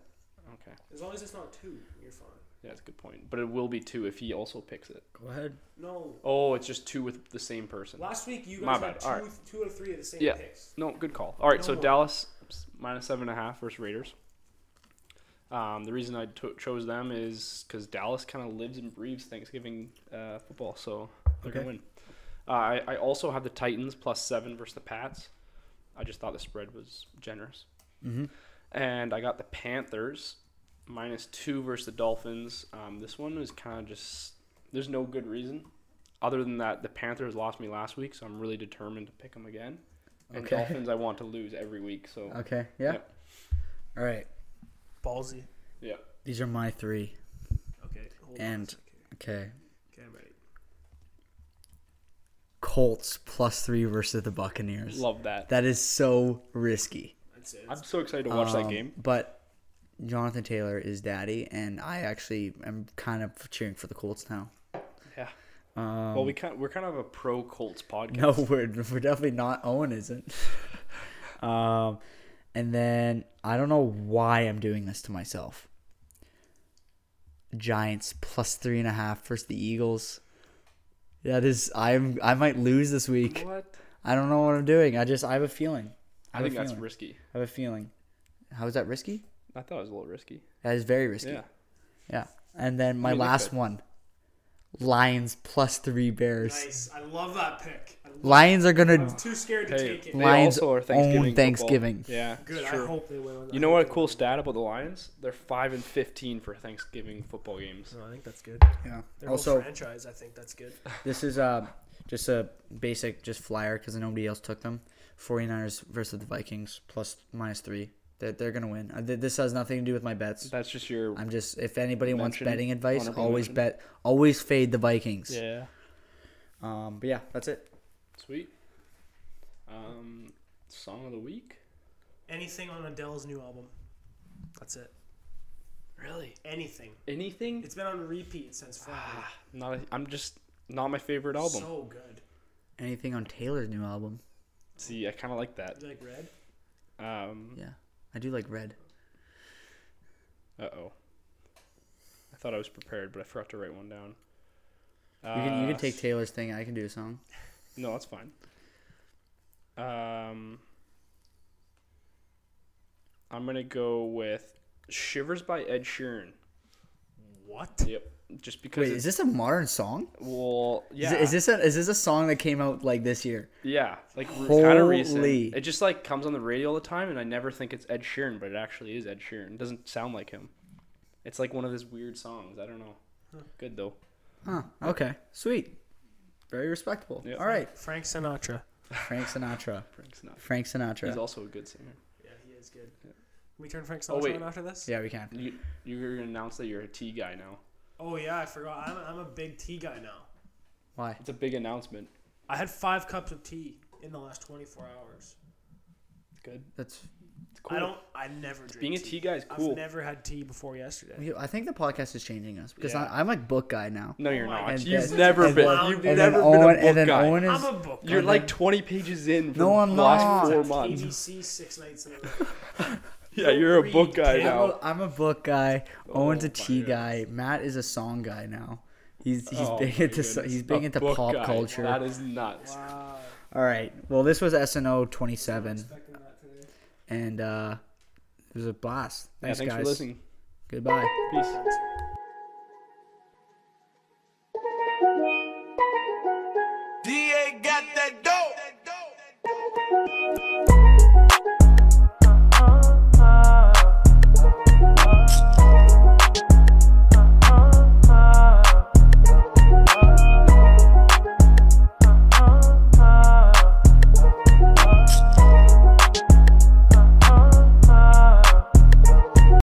C: Okay.
B: as long as it's not two, you're fine.
C: Yeah, that's a good point. But it will be two if he also picks it.
A: Go ahead.
B: No.
C: Oh, it's just two with the same person.
B: Last week you
C: My
B: guys had
C: bad.
B: two,
C: All
B: two out of three of the same
C: Yeah.
B: picks.
C: No, good call. All right, so
B: No.
C: Dallas s- minus seven and a half versus Raiders. Um, the reason I to chose them is because Dallas kind of lives and breathes Thanksgiving uh, football, so they're
A: Okay.
C: gonna win. Uh, I, I also have the Titans plus seven versus the Pats. I just thought the spread was generous,
A: Mm-hmm.
C: and I got the Panthers minus two versus the Dolphins. Um, this one was kind of just there's no good reason other than that the Panthers lost me last week, so I'm really determined to pick them again. And
A: Okay.
C: Dolphins I want to lose every week, so
A: Okay. Yeah.
C: Yep.
A: All right.
B: Ballsy.
C: yeah.
A: These are my three.
B: Okay. Hold on a
A: And-
B: second.
A: Okay.
B: Okay, I'm ready.
A: Colts plus three versus the Buccaneers.
C: Love that.
A: That is so risky.
B: That's it.
C: I'm so excited to watch that
A: Um,
C: game.
A: But Jonathan Taylor is daddy, and I actually am kind of cheering for the Colts now.
C: Yeah.
A: Um,
C: well, we kind we're kind of a pro Colts podcast.
A: no, we're, we're definitely not. Owen isn't. um, and then I don't know why I'm doing this to myself. Giants plus three and a half versus the Eagles. That is, I'm I might lose this week.
C: What?
A: I don't know what I'm doing. I just I have a feeling.
C: I
A: have a
C: think that's
A: feeling.
C: risky.
A: I have a feeling. How is that risky?
C: I thought it was a little risky.
A: That is very risky.
C: Yeah.
A: Yeah. And then my
C: mean, they
A: last
C: could.
A: one Lions plus three Bears.
B: Nice. I love that pick. I love
A: Lions are going
B: I'm
A: to.
B: too scared to
C: Hey,
B: take it.
C: they
A: Lions
C: also are
A: own
C: Thanksgiving
A: Thanksgiving.
C: football. Yeah,
B: Good.
C: it's true.
B: I hope they win. on that.
C: You know what? A cool stat about the Lions? They're five and fifteen for Thanksgiving football games.
B: No, I think that's good.
A: Yeah.
B: Their whole
A: Also,
B: franchise, I think that's good.
A: this is uh, just a basic just flyer because nobody else took them. 49ers versus the Vikings plus minus three. They're, they're going to win. Uh, th- This has nothing to do with my bets.
C: That's just your
A: Mm. I'm just if anybody wants
C: Mention,
A: betting advice,
C: honorable
A: always
C: mention.
A: bet, always fade the Vikings.
C: yeah.
A: Um, but yeah, that's it.
C: Sweet. Um, song of the week.
B: Anything on Adele's new album? That's it.
C: Really?
B: Anything.
C: Anything?
B: It's been on repeat since Friday.
C: Ah, not. A, I'm just not my favorite album.
B: So good.
A: Anything on Taylor's new album?
C: See, I kind of like that.
B: You like red?
C: Um,
A: Yeah, I do like Red.
C: uh oh. I thought I was prepared, but I forgot to write one down. Uh,
A: You can you can take Taylor's thing. I can do a song.
C: No, that's fine. Um, I'm gonna go with "Shivers" by Ed Sheeran.
B: What?
C: Yep. Just because.
A: Wait, is
C: it's-
A: this a modern song?
C: well, yeah.
A: Is, is this a is this a song that came out like this year?
C: Yeah, like kind of recent.
A: Holy.
C: It just like comes on the radio all the time, and I never think it's Ed Sheeran, but it actually is Ed Sheeran. It doesn't sound like him. It's like one of his weird songs. I don't know. Good though.
A: Huh. Okay. Sweet. Very respectable.
C: Yeah.
A: All right.
B: Frank Sinatra.
A: Frank Sinatra.
C: Frank Sinatra.
A: Frank
C: He's
A: Sinatra.
C: also a good singer.
B: Yeah, he is good. Can we turn Frank Sinatra
C: Oh, wait.
B: on after this?
A: Yeah, we can.
C: You you're gonna announce that you're a tea guy now.
B: Oh, yeah, I forgot. I'm, I'm a big tea guy now.
A: Why?
C: It's a big announcement.
B: I had five cups of tea in the last 24 hours.
C: Good.
A: That's.
C: It's cool.
B: I don't, I never drink
C: Being a tea guy is cool.
B: I've never had tea before yesterday.
A: I think the podcast is changing us because
C: Yeah.
A: I, I'm a book guy now.
C: no, you're
B: Oh my
C: not.
A: God.
C: You've
A: And then-
C: never
A: and
C: been.
B: then-
C: You've
A: And then
C: never been
A: Owen.
C: a book
A: and then
C: guy.
A: Owen is.
B: I'm a book.
C: you're
B: guy.
C: like 20 pages in. For
A: No, I'm
C: the last
A: not.
C: Four
B: It's like
C: months.
B: ABC six nights in a row.
C: Yeah, you're a book guy
B: Read
A: I'm
C: now.
A: a, I'm a book guy.
C: Oh
A: Owen's a
C: my
A: tea
C: goodness.
A: guy. Matt is a song guy now. He's he's
C: Oh
A: big
C: my
A: into so-
C: goodness.
A: he's big
C: A
A: into
C: book
A: pop
C: guy.
A: culture.
C: That is nuts.
B: Wow.
A: All right. Well, this was SNO 27,
B: Expecting that today.
A: and uh, it was a blast.
C: Yeah,
A: Thanks,
C: thanks
A: guys.
C: for listening.
A: Goodbye.
C: Peace.